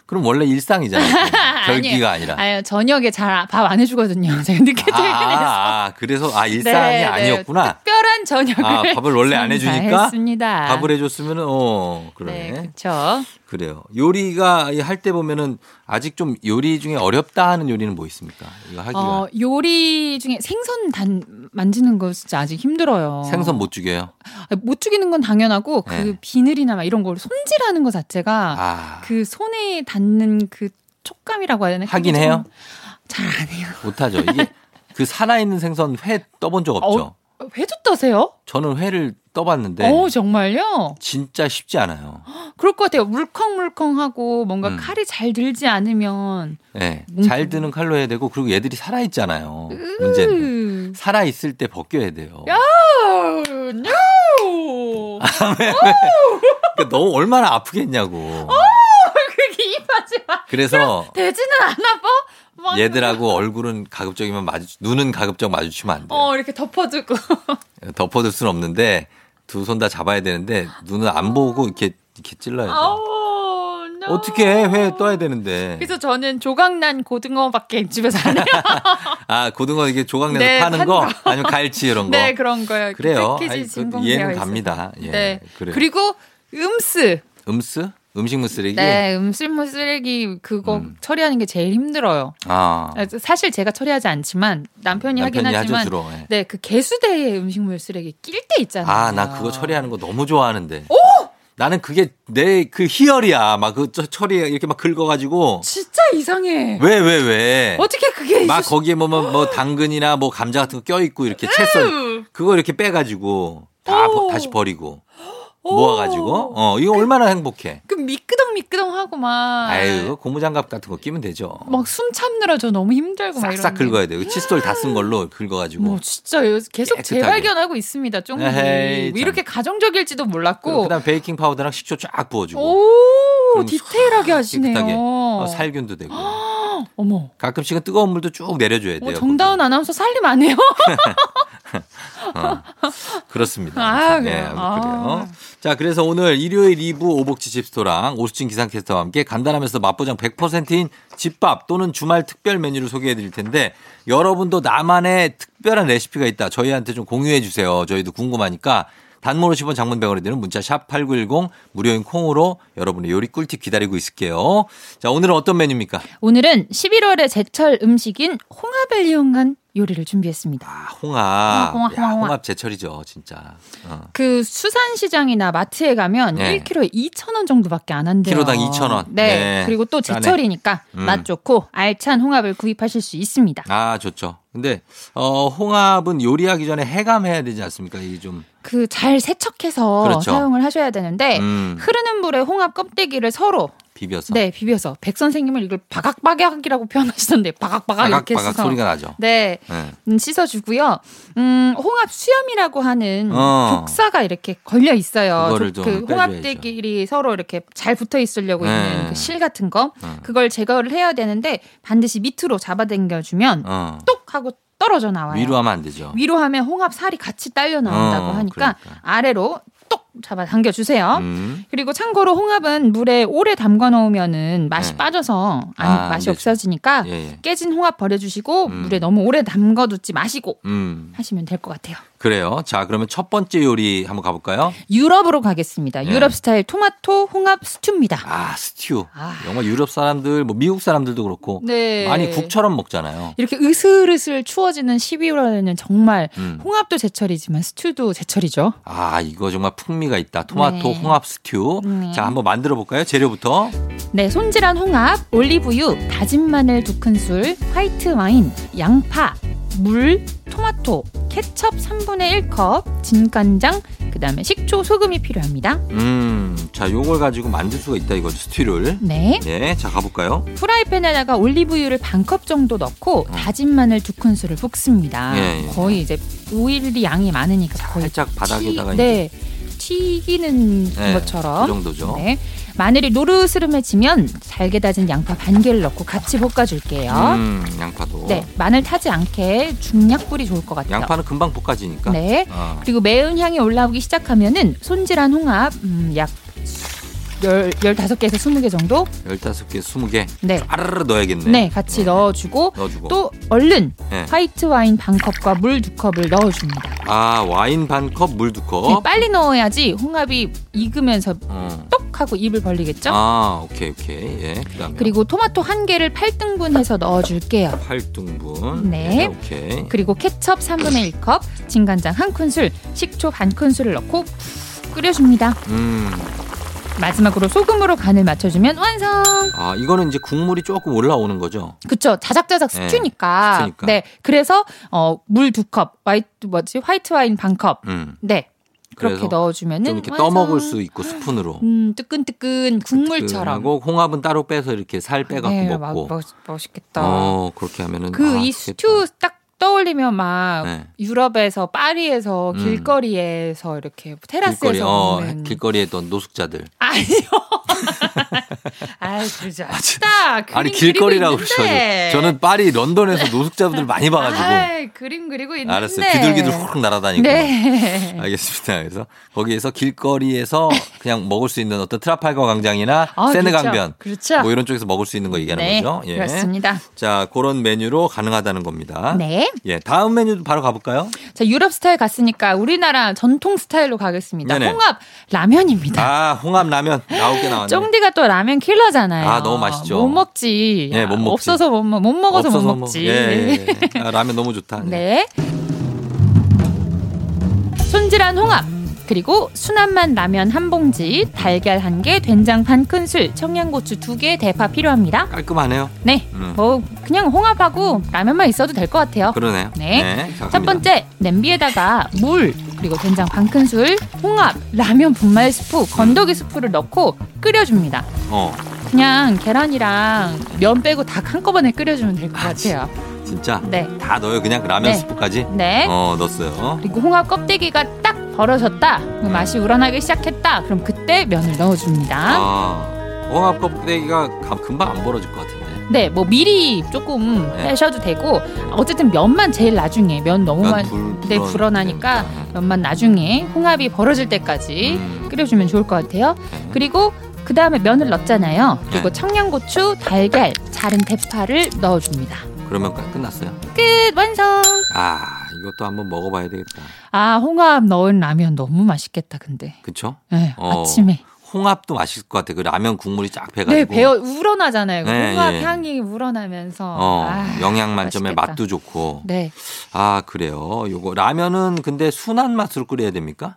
Speaker 1: 그럼 원래 일상이잖아요. 그러니까 결기가 아니라.
Speaker 7: 아유, 저녁에 잘 밥 안 해주거든요. 제가 늦게
Speaker 1: 아,
Speaker 7: 퇴근해서.
Speaker 1: 아, 그래서 아 일상이
Speaker 7: 네, 네.
Speaker 1: 아니었구나.
Speaker 7: 특별한 저녁을
Speaker 1: 아, 밥을 원래 안 해주니까
Speaker 7: 했습니다.
Speaker 1: 밥을 해줬으면 어 그러네.
Speaker 7: 아. 네, 그렇죠.
Speaker 1: 그래요. 요리가 할 때 보면은 아직 좀 요리 중에 어렵다 하는 요리는 뭐 있습니까? 이거 하기가
Speaker 7: 어, 요리 중에 생선 단 만지는 거 진짜 아직 힘들어요.
Speaker 1: 생선 못 죽여요.
Speaker 7: 아니, 못 죽이는 건 당연하고 그
Speaker 1: 네.
Speaker 7: 비늘이나 막 이런 걸 손질하는 것 자체가
Speaker 1: 아,
Speaker 7: 그 손에 닿는 그 촉감이라고 해야 되나?
Speaker 1: 하긴 해요?
Speaker 7: 잘 안 해요.
Speaker 1: 못하죠. 이게 그 살아있는 생선 회 떠본 적 없죠.
Speaker 7: 어, 회도 떠세요?
Speaker 1: 저는 회를 떠봤는데
Speaker 7: 어 정말요?
Speaker 1: 진짜 쉽지 않아요.
Speaker 7: 그럴 것 같아요. 물컹물컹하고 뭔가
Speaker 1: 음.
Speaker 7: 칼이 잘 들지 않으면
Speaker 1: 네,
Speaker 7: 음.
Speaker 1: 잘 드는 칼로 해야 되고 그리고 얘들이 살아 있잖아요. 문제는
Speaker 7: 으,
Speaker 1: 살아 있을 때 벗겨야 돼요.
Speaker 7: 아우, no!
Speaker 1: 그러니까 너무 얼마나
Speaker 7: 어?
Speaker 1: 아프겠냐고.
Speaker 7: 그게 입하지 마.
Speaker 1: 그래서
Speaker 7: 되지는 않아 봐. 막
Speaker 1: 얘들하고 얼굴은 가급적이면 마주 눈은 가급적 마주치면 안 돼. 요
Speaker 7: 어 이렇게 덮어주고.
Speaker 1: 덮어둘 수는 없는데 두 손 다 잡아야 되는데 눈은 안 보고 이렇게 이렇게 찔러야 돼.
Speaker 7: 아우, no.
Speaker 1: 어떻게 해? 회 떠야 되는데.
Speaker 7: 그래서 저는 조각난 고등어밖에 집에서 안 해요.
Speaker 1: 아 고등어 이게 조각내서
Speaker 7: 네,
Speaker 1: 파는
Speaker 7: 파는
Speaker 1: 거
Speaker 7: 거.
Speaker 1: 아니면 갈치 이런 거.
Speaker 7: 네, 그런 거예요. 이렇게
Speaker 1: 뭐. 그래요.
Speaker 7: 패키지
Speaker 1: 아이, 그
Speaker 7: 진공되어
Speaker 1: 이해는
Speaker 7: 있어서.
Speaker 1: 갑니다. 예,
Speaker 7: 네.
Speaker 1: 그래요.
Speaker 7: 그리고 음스.
Speaker 1: 음스? 음식물 쓰레기?
Speaker 7: 네, 음식물 쓰레기 그거
Speaker 1: 음.
Speaker 7: 처리하는 게 제일 힘들어요.
Speaker 1: 아.
Speaker 7: 사실 제가 처리하지 않지만 남편이, 하긴
Speaker 1: 남편이 하죠
Speaker 7: 하지만
Speaker 1: 주로. 예.
Speaker 7: 네, 그 개수대에 음식물 쓰레기 낄 때 있잖아요.
Speaker 1: 아, 나 그거 처리하는 거 너무 좋아하는데. 나는 그게 내 그 희열이야. 막 그 처리 이렇게 막 긁어가지고.
Speaker 7: 진짜 이상해.
Speaker 1: 왜, 왜, 왜.
Speaker 7: 어떻게 그게 있을
Speaker 1: 막
Speaker 7: 수
Speaker 1: 거기에 뭐, 뭐, 뭐 당근이나 뭐 감자 같은 거 껴있고 이렇게 채썰.
Speaker 7: 있어요?
Speaker 1: 그거 이렇게 빼가지고 다 버-
Speaker 7: 오.
Speaker 1: 다시 버리고
Speaker 7: 오.
Speaker 1: 모아가지고. 어, 이거 얼마나 행복해.
Speaker 7: 그 미끄덩미끄덩하고 막
Speaker 1: 아유, 그거 고무장갑 같은 거 끼면 되죠.
Speaker 7: 막 숨 참느라 저 너무 힘들고 막
Speaker 1: 싹싹
Speaker 7: 이러는데.
Speaker 1: 긁어야 돼요. 그 칫솔 다 쓴 걸로 긁어가지고.
Speaker 7: 뭐 진짜 계속
Speaker 1: 깨끗하게.
Speaker 7: 재발견하고 있습니다. 쫑디 뭐
Speaker 1: 에헤이, 참.
Speaker 7: 이렇게 가정적일지도 몰랐고
Speaker 1: 그 다음 베이킹 파우더랑 식초 쫙 부어주고.
Speaker 7: 오
Speaker 1: 뭐 그럼
Speaker 7: 디테일하게 하시네요.
Speaker 1: 깨끗하게. 어, 살균도 되고.
Speaker 7: 어머.
Speaker 1: 가끔씩은 뜨거운 물도 쭉 내려줘야
Speaker 7: 어,
Speaker 1: 돼요.
Speaker 7: 정다은 아나운서 살림 안 해요?
Speaker 1: 어, 그렇습니다.
Speaker 7: 아,
Speaker 1: 네,
Speaker 7: 그래요? 아.
Speaker 1: 그래요. 자, 그래서 오늘 일요일 2부 오복지 집스토랑 오수진 기상캐스터와 함께 간단하면서 맛보장 100%인 집밥 또는 주말 특별 메뉴를 소개해 드릴 텐데 여러분도 나만의 특별한 레시피가 있다. 저희한테 좀 공유해 주세요. 저희도 궁금하니까 단문 50원 장문 100원이 되는 문자 샵 8910 무료인 콩으로 여러분의 요리 꿀팁 기다리고 있을게요. 자, 오늘은 어떤 메뉴입니까?
Speaker 7: 오늘은 11월의 제철 음식인 홍합을 이용한 요리를 준비했습니다.
Speaker 1: 아,
Speaker 7: 홍합,
Speaker 1: 홍합.
Speaker 7: 홍합,
Speaker 1: 야,
Speaker 7: 홍합.
Speaker 1: 홍합 제철이죠, 진짜. 어.
Speaker 7: 그 수산시장이나 마트에 가면
Speaker 1: 네.
Speaker 7: 1kg에 2,000원 정도밖에 안 한대요.
Speaker 1: 키로당 2,000원.
Speaker 7: 네.
Speaker 1: 네.
Speaker 7: 그리고 또
Speaker 1: 싸네.
Speaker 7: 제철이니까
Speaker 1: 음.
Speaker 7: 맛 좋고 알찬 홍합을 구입하실 수 있습니다.
Speaker 1: 아 좋죠. 근데 어, 홍합은 요리하기 전에 해감해야 되지 않습니까? 이게 좀
Speaker 7: 그 잘 세척해서
Speaker 1: 그렇죠.
Speaker 7: 사용을 하셔야 되는데
Speaker 1: 음, 그렇죠.
Speaker 7: 흐르는 물에 홍합 껍데기를 서로
Speaker 1: 비벼서
Speaker 7: 그, 네 비벼서 백 선생님은 이걸 바각바각이라고 표현하시던데 바각바각 이렇게
Speaker 1: 바각바각
Speaker 7: 해서
Speaker 1: 소리가 나죠.
Speaker 7: 네
Speaker 1: 네.
Speaker 7: 음, 씻어주고요. 음, 홍합 수염이라고 하는
Speaker 1: 어.
Speaker 7: 독사가 이렇게 걸려 있어요.
Speaker 1: 그거를
Speaker 7: 조-
Speaker 1: 좀
Speaker 7: 그 홍합들끼리 서로 이렇게 잘 붙어 있으려고
Speaker 1: 네.
Speaker 7: 있는 그 실 같은 거
Speaker 1: 음.
Speaker 7: 그걸 제거를 해야 되는데 반드시 밑으로 잡아당겨주면
Speaker 1: 어,
Speaker 7: 똑 하고 떨어져 나와요.
Speaker 1: 위로하면 안 되죠.
Speaker 7: 위로하면 홍합 살이 같이 딸려 나온다고
Speaker 1: 어,
Speaker 7: 하니까
Speaker 1: 그러니까.
Speaker 7: 아래로 똑 잡아당겨 주세요.
Speaker 1: 음,
Speaker 7: 그리고 참고로 홍합은 물에 오래 담가 놓으면은 맛이
Speaker 1: 네.
Speaker 7: 빠져서 안-
Speaker 1: 아, 안
Speaker 7: 맛이
Speaker 1: 되죠.
Speaker 7: 없어지니까
Speaker 1: 예, 예.
Speaker 7: 깨진 홍합 버려주시고
Speaker 1: 음.
Speaker 7: 물에 너무 오래 담가두지 마시고
Speaker 1: 음.
Speaker 7: 하시면 될 것 같아요.
Speaker 1: 그래요. 자, 그러면 첫 번째 요리 한번 가볼까요?
Speaker 7: 유럽으로 가겠습니다.
Speaker 1: 예.
Speaker 7: 유럽 스타일 토마토 홍합 스튜입니다.
Speaker 1: 아, 스튜.
Speaker 7: 아.
Speaker 1: 정말 유럽 사람들, 뭐 미국 사람들도 그렇고
Speaker 7: 네.
Speaker 1: 많이 국처럼 먹잖아요.
Speaker 7: 이렇게 으슬으슬 추워지는 12월에는 정말
Speaker 1: 음.
Speaker 7: 홍합도 제철이지만 스튜도 제철이죠.
Speaker 1: 아, 이거 정말 풍미가 있다. 토마토
Speaker 7: 네.
Speaker 1: 홍합 스튜.
Speaker 7: 네.
Speaker 1: 자, 한번 만들어 볼까요? 재료부터.
Speaker 7: 네, 손질한 홍합, 올리브유, 다진 마늘 두 큰술, 화이트 와인, 양파, 물, 토마토, 케첩 3분의 1컵, 진간장, 그 다음에 식초, 소금이 필요합니다.
Speaker 1: 음, 자, 요걸 가지고 만들 수가 있다 이거죠. 스튜를.
Speaker 7: 네,
Speaker 1: 예, 자, 가볼까요?
Speaker 7: 뭐 프라이팬에다가 올리브유를 반 컵 정도 넣고 다진 마늘 두 큰술을 볶습니다.
Speaker 1: 음. 예, 예.
Speaker 7: 거의 이제 오일이 양이 많으니까 거의
Speaker 1: 살짝 바닥에다가
Speaker 7: 튀,
Speaker 1: 이제
Speaker 7: 네, 튀기는
Speaker 1: 네, 그
Speaker 7: 것처럼
Speaker 1: 정도죠.
Speaker 7: 네. 마늘이 노르스름해지면 잘게 다진 양파 반 개를 넣고 같이 볶아줄게요.
Speaker 1: 음, 양파도.
Speaker 7: 네, 마늘 타지 않게 중약불이 좋을 것 같아요.
Speaker 1: 양파는 금방 볶아지니까.
Speaker 7: 네.
Speaker 1: 어.
Speaker 7: 그리고 매운 향이 올라오기 시작하면은 손질한 홍합 음, 약 열, 15개에서 20개 정도?
Speaker 1: 15개, 20개.
Speaker 7: 네.
Speaker 1: 아르르 넣어야겠네.
Speaker 7: 네, 같이 넣어주고
Speaker 1: 넣어주고.
Speaker 7: 또 얼른
Speaker 1: 뭐. 네.
Speaker 7: 화이트 와인 반 컵과 물 두 컵을 넣어줍니다.
Speaker 1: 아, 와인 반 컵, 물 두
Speaker 7: 네,
Speaker 1: 컵.
Speaker 7: 빨리 넣어야지 홍합이 익으면서
Speaker 1: 어.
Speaker 7: 똑 하고 입을 벌리겠죠?
Speaker 1: 아, 오케이, 오케이. 예. 그다음에
Speaker 7: 그리고 토마토 한 개를 8등분해서 넣어줄게요.
Speaker 1: 8등분.
Speaker 7: 네.
Speaker 1: 오케이.
Speaker 7: 그리고 케첩 3분의 1컵, 진간장 한 큰술, 식초 반 큰술을 넣고 푹 끓여줍니다.
Speaker 1: 음.
Speaker 7: 마지막으로 소금으로 간을 맞춰주면 완성.
Speaker 1: 아, 이거는 이제 국물이 조금 올라오는 거죠.
Speaker 7: 그쵸? 자작자작
Speaker 1: 네,
Speaker 7: 스튜니까.
Speaker 1: 스튜니까.
Speaker 7: 네. 그래서 어, 물 두 컵, 화이트 뭐지? 화이트 와인 반 컵.
Speaker 1: 음.
Speaker 7: 네.
Speaker 1: 그래서
Speaker 7: 그렇게 넣어주면은
Speaker 1: 좀 이렇게
Speaker 7: 완성.
Speaker 1: 떠먹을 수 있고 스푼으로.
Speaker 7: 음, 뜨끈뜨끈 국물처럼.
Speaker 1: 하고 홍합은 따로 빼서 이렇게 살 빼갖고
Speaker 7: 네, 막
Speaker 1: 먹고.
Speaker 7: 멋, 멋있겠다.
Speaker 1: 어, 그렇게 하면은
Speaker 7: 그
Speaker 1: 아,
Speaker 7: 이 스튜 딱 떠올리면 막
Speaker 1: 네.
Speaker 7: 유럽에서 파리에서
Speaker 1: 음.
Speaker 7: 길거리에서 이렇게 테라스에서
Speaker 1: 길거리 어,
Speaker 7: 먹는
Speaker 1: 길거리에 있던 노숙자들.
Speaker 7: 아니요. 아이 그러지 않다. 그림
Speaker 1: 아니 길거리라고
Speaker 7: 그리고
Speaker 1: 그러셔요.
Speaker 7: 있는데.
Speaker 1: 저는 파리 런던에서 노숙자분들 많이 봐가지고
Speaker 7: 아이, 그림 그리고 있는데.
Speaker 1: 알았어요. 비둘기들 훅 날아다니고.
Speaker 7: 네.
Speaker 1: 알겠습니다. 그래서 거기에서 길거리에서 그냥 먹을 수 있는 어떤 트라팔거 광장이나
Speaker 7: 아,
Speaker 1: 세느강변
Speaker 7: 그렇죠. 그렇죠.
Speaker 1: 뭐 이런 쪽에서 먹을 수 있는 거 얘기하는
Speaker 7: 네,
Speaker 1: 거죠. 예.
Speaker 7: 그렇습니다.
Speaker 1: 자, 그런 메뉴로 가능하다는 겁니다.
Speaker 7: 네.
Speaker 1: 예, 다음 메뉴도 바로 가볼까요?
Speaker 7: 자, 유럽 스타일 갔으니까 우리나라 전통 스타일로 가겠습니다.
Speaker 1: 네네.
Speaker 7: 홍합 라면입니다.
Speaker 1: 아, 홍합 라면 나올 게 아, 나왔네.
Speaker 7: 쫑디가 또 라면 킬러잖아요.
Speaker 1: 아, 너무 맛있죠.
Speaker 7: 못 먹지.
Speaker 1: 예, 못 먹지.
Speaker 7: 없어서 못, 먹- 못 먹어서
Speaker 1: 없어서
Speaker 7: 못 먹지.
Speaker 1: 뭐- 예, 예. 아, 라면 너무 좋다.
Speaker 7: 네. 손질한 홍합 그리고 순한맛 라면 한 봉지, 달걀 한 개, 된장 반 큰술, 청양고추 두 개, 대파 필요합니다.
Speaker 1: 깔끔하네요.
Speaker 7: 네.
Speaker 1: 음.
Speaker 7: 뭐 그냥 홍합하고 라면만 있어도 될 것 같아요.
Speaker 1: 그러네요.
Speaker 7: 네.
Speaker 1: 자,
Speaker 7: 첫
Speaker 1: 갑니다.
Speaker 7: 번째 냄비에다가 물 그리고 된장 반 큰술, 홍합, 라면 분말 스프, 건더기 스프를 넣고 끓여줍니다.
Speaker 1: 어,
Speaker 7: 그냥 계란이랑 면 빼고 닭 한꺼번에 끓여주면 될 것
Speaker 1: 아, 진-
Speaker 7: 같아요.
Speaker 1: 진짜
Speaker 7: 네.
Speaker 1: 다 넣어요. 그냥 라면
Speaker 7: 네.
Speaker 1: 스프까지.
Speaker 7: 네.
Speaker 1: 어, 넣었어요.
Speaker 7: 그리고 홍합 껍데기가 딱 벌어졌다. 그 맛이 우러나기 시작했다. 그럼 그때 면을 넣어줍니다.
Speaker 1: 아, 홍합 껍데기가 감- 금방 안 벌어질 것 같은데.
Speaker 7: 네, 뭐 미리 조금
Speaker 1: 네.
Speaker 7: 빼셔도 되고 어쨌든 면만 제일 나중에 면 너무
Speaker 1: 면
Speaker 7: 많이
Speaker 1: 불,
Speaker 7: 네,
Speaker 1: 불어-
Speaker 7: 불어나니까
Speaker 1: 음.
Speaker 7: 면만 나중에 홍합이 벌어질 때까지
Speaker 1: 음.
Speaker 7: 끓여주면 좋을 것 같아요.
Speaker 1: 네.
Speaker 7: 그리고 그 다음에 면을 넣었잖아요. 그리고
Speaker 1: 네.
Speaker 7: 청양고추, 달걀, 자른 대파를 넣어줍니다.
Speaker 1: 그러면 끝- 끝났어요.
Speaker 7: 끝 완성.
Speaker 1: 아, 이것도 한번 먹어봐야 되겠다.
Speaker 7: 아 홍합 넣은 라면 너무 맛있겠다. 근데
Speaker 1: 그쵸?
Speaker 7: 네,
Speaker 1: 어.
Speaker 7: 아침에
Speaker 1: 홍합도 맛있을 것 같아. 그 라면 국물이 쫙 배가지고.
Speaker 7: 네, 배어 우러나잖아요.
Speaker 1: 네,
Speaker 7: 홍합
Speaker 1: 예.
Speaker 7: 향이 우러나면서
Speaker 1: 어,
Speaker 7: 아,
Speaker 1: 영양 만점에
Speaker 7: 맛있겠다.
Speaker 1: 맛도 좋고.
Speaker 7: 네.
Speaker 1: 아, 그래요. 요거 라면은 근데 순한 맛으로 끓여야 됩니까?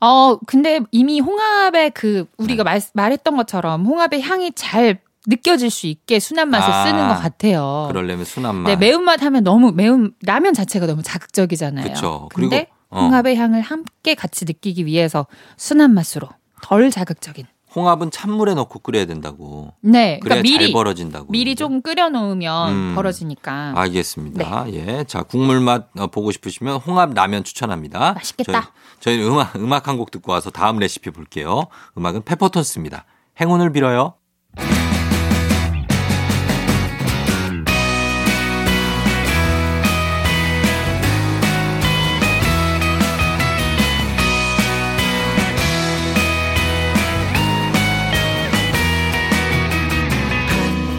Speaker 7: 어, 근데 이미 홍합의 그 우리가
Speaker 1: 네.
Speaker 7: 말, 말했던 것처럼 홍합의 향이 잘 느껴질 수 있게 순한 맛을
Speaker 1: 아,
Speaker 7: 쓰는 것 같아요.
Speaker 1: 그러려면 순한 맛.
Speaker 7: 네, 매운맛 하면 너무 매운 라면 자체가 너무 자극적이잖아요.
Speaker 1: 그쵸. 그리고,
Speaker 7: 근데
Speaker 1: 어.
Speaker 7: 홍합의 향을 함께 같이 느끼기 위해서 순한 맛으로 덜 자극적인.
Speaker 1: 홍합은 찬물에 넣고 끓여야 된다고.
Speaker 7: 네.
Speaker 1: 그래야
Speaker 7: 그러니까 미리
Speaker 1: 잘 벌어진다고.
Speaker 7: 미리 조금 끓여 놓으면
Speaker 1: 음.
Speaker 7: 벌어지니까.
Speaker 1: 알겠습니다.
Speaker 7: 네.
Speaker 1: 예. 자, 국물 맛 어, 보고 싶으시면 홍합 라면 추천합니다.
Speaker 7: 맛있겠다.
Speaker 1: 저희, 저희 음악, 음악 한 곡 듣고 와서 다음 레시피 볼게요. 음악은 페퍼톤스입니다. 행운을 빌어요.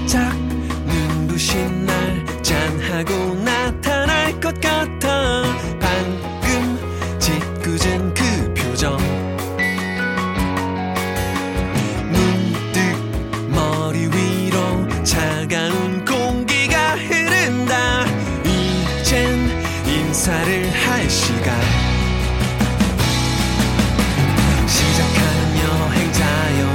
Speaker 4: 짝 눈부신 날 짠하고 나타날 것 같아 방금 그
Speaker 8: 어,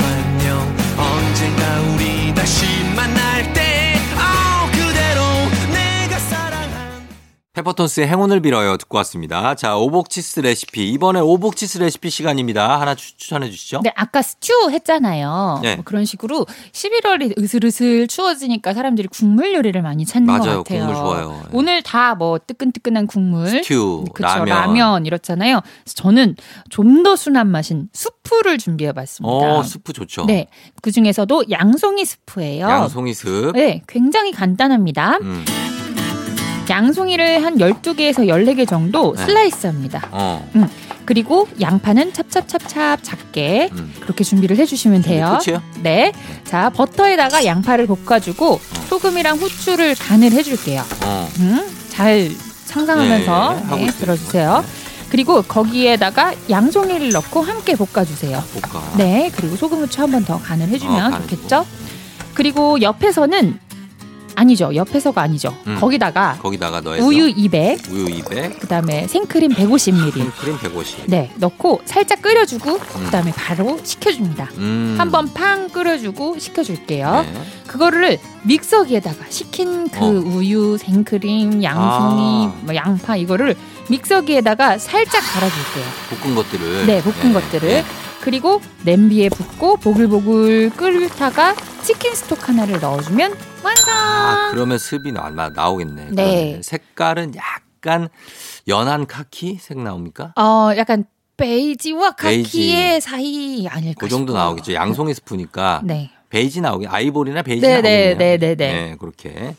Speaker 1: 페퍼톤스의 행운을 빌어요 듣고 왔습니다. 자, 오복치스 레시피. 이번에 오복치스 레시피 시간입니다. 하나 추, 추천해 주시죠.
Speaker 7: 네, 아까 스튜 했잖아요.
Speaker 1: 네.
Speaker 7: 뭐 그런 식으로 11월이 으슬으슬 추워지니까 사람들이 국물 요리를 많이 찾는
Speaker 1: 맞아요.
Speaker 7: 것 같아요.
Speaker 1: 국물 좋아요. 예.
Speaker 7: 오늘 다 뭐 뜨끈뜨끈한 국물,
Speaker 1: 스튜,
Speaker 7: 그쵸,
Speaker 1: 라면.
Speaker 7: 라면. 이렇잖아요. 그래서 저는 좀 더 순한 맛인 수프를 준비해봤습니다.
Speaker 1: 어, 스프 좋죠.
Speaker 7: 네, 그 중에서도 양송이 스프예요.
Speaker 1: 양송이 습.
Speaker 7: 네, 굉장히 간단합니다.
Speaker 1: 음,
Speaker 7: 양송이를 한 12개에서 14개 정도
Speaker 1: 네.
Speaker 7: 슬라이스합니다.
Speaker 1: 어.
Speaker 7: 그리고 양파는 찹찹찹찹 작게
Speaker 1: 음.
Speaker 7: 그렇게 준비를 해주시면 돼요.
Speaker 1: 끝이에요?
Speaker 7: 네. 자, 버터에다가 양파를 볶아주고 소금이랑 후추를 간을 해줄게요.
Speaker 1: 어.
Speaker 7: 음, 잘
Speaker 1: 예,
Speaker 7: 상상하면서
Speaker 1: 하고
Speaker 7: 네,
Speaker 1: 있어요. 네.
Speaker 7: 들어주세요. 그리고 거기에다가 양송이를 넣고 함께 볶아주세요.
Speaker 1: 볶아.
Speaker 7: 네. 그리고 소금 후추 한 번 더 간을
Speaker 1: 어,
Speaker 7: 해주면
Speaker 1: 간을
Speaker 7: 좋겠죠? 그리고 옆에서는 아니죠. 옆에서가 아니죠.
Speaker 1: 음.
Speaker 7: 거기다가
Speaker 1: 거기다가 넣어서
Speaker 7: 우유 200,
Speaker 1: 우유 200,
Speaker 7: 그다음에 생크림 150ml.
Speaker 1: 생크림 150.
Speaker 7: 네, 넣고 살짝 끓여주고 그다음에 바로 식혀줍니다.
Speaker 1: 음.
Speaker 7: 한번 팡 끓여주고 식혀줄게요.
Speaker 1: 네.
Speaker 7: 그거를 믹서기에다가 식힌 그
Speaker 1: 어.
Speaker 7: 우유, 생크림, 양송이,
Speaker 1: 아.
Speaker 7: 뭐 양파 이거를 믹서기에다가 살짝 갈아줄게요.
Speaker 1: 볶은 것들을.
Speaker 7: 네, 볶은
Speaker 1: 예,
Speaker 7: 것들을.
Speaker 1: 예.
Speaker 7: 그리고 냄비에 붓고 보글보글 끓다가 치킨 스톡 하나를 넣어주면 완성.
Speaker 1: 아, 그러면 습이 나, 나, 나오겠네.
Speaker 7: 네.
Speaker 1: 그러면 색깔은 약간 연한 카키 색 나옵니까?
Speaker 7: 어, 약간 베이지와
Speaker 1: 그 베이지.
Speaker 7: 카키의 사이 아닐까?
Speaker 1: 그 정도
Speaker 7: 싶어요.
Speaker 1: 나오겠죠. 양송이 스프니까
Speaker 7: 네.
Speaker 1: 베이지 나오게 아이보리나 베이지
Speaker 7: 네,
Speaker 1: 나오겠네요.
Speaker 7: 네, 네, 네, 네.
Speaker 1: 네, 그렇게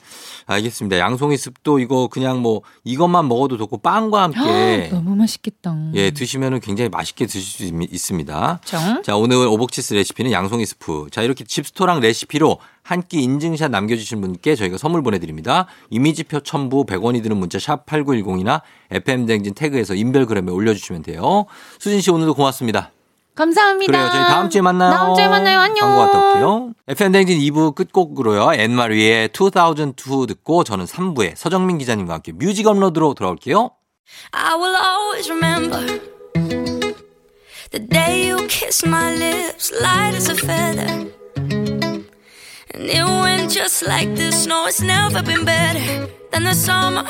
Speaker 1: 알겠습니다. 양송이 습도 이거 그냥 뭐 이것만 먹어도 좋고 빵과 함께
Speaker 7: 아, 너무 맛있겠다.
Speaker 1: 예 드시면은 굉장히 맛있게 드실 수 있- 있습니다.
Speaker 7: 정.
Speaker 1: 자, 오늘 오복치스 레시피는 양송이 스프. 자, 이렇게 집스토랑 레시피로 한 끼 인증샷 남겨주신 분께 저희가 선물 보내드립니다. 이미지표 첨부 100원이 드는 문자 샵 8910이나 FM댕진 태그에서 인별그램에 올려주시면 돼요. 수진 씨 오늘도 고맙습니다.
Speaker 7: 감사합니다.
Speaker 1: 그래요. 저희 다음 주에 만나요.
Speaker 7: 다음 주에 만나요. 안녕.
Speaker 1: 광고 갔다 올게요. FM댕진 2부 끝곡으로요. 엔마리의 2002 듣고 저는 3부에 서정민 기자님과 함께 뮤직 업로드로 돌아올게요.
Speaker 5: I will always remember the day you kissed my lips, light as a feather. And it went just like this. No, it's never been better than the summer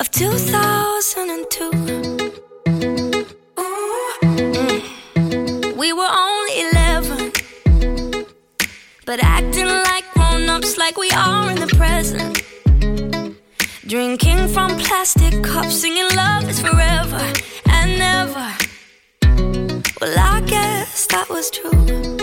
Speaker 5: of 2002. Ooh, mm. We were only 11, but acting like grown ups, like we are in the present. Drinking from plastic cups, singing love is forever and never. Well, I guess that was true.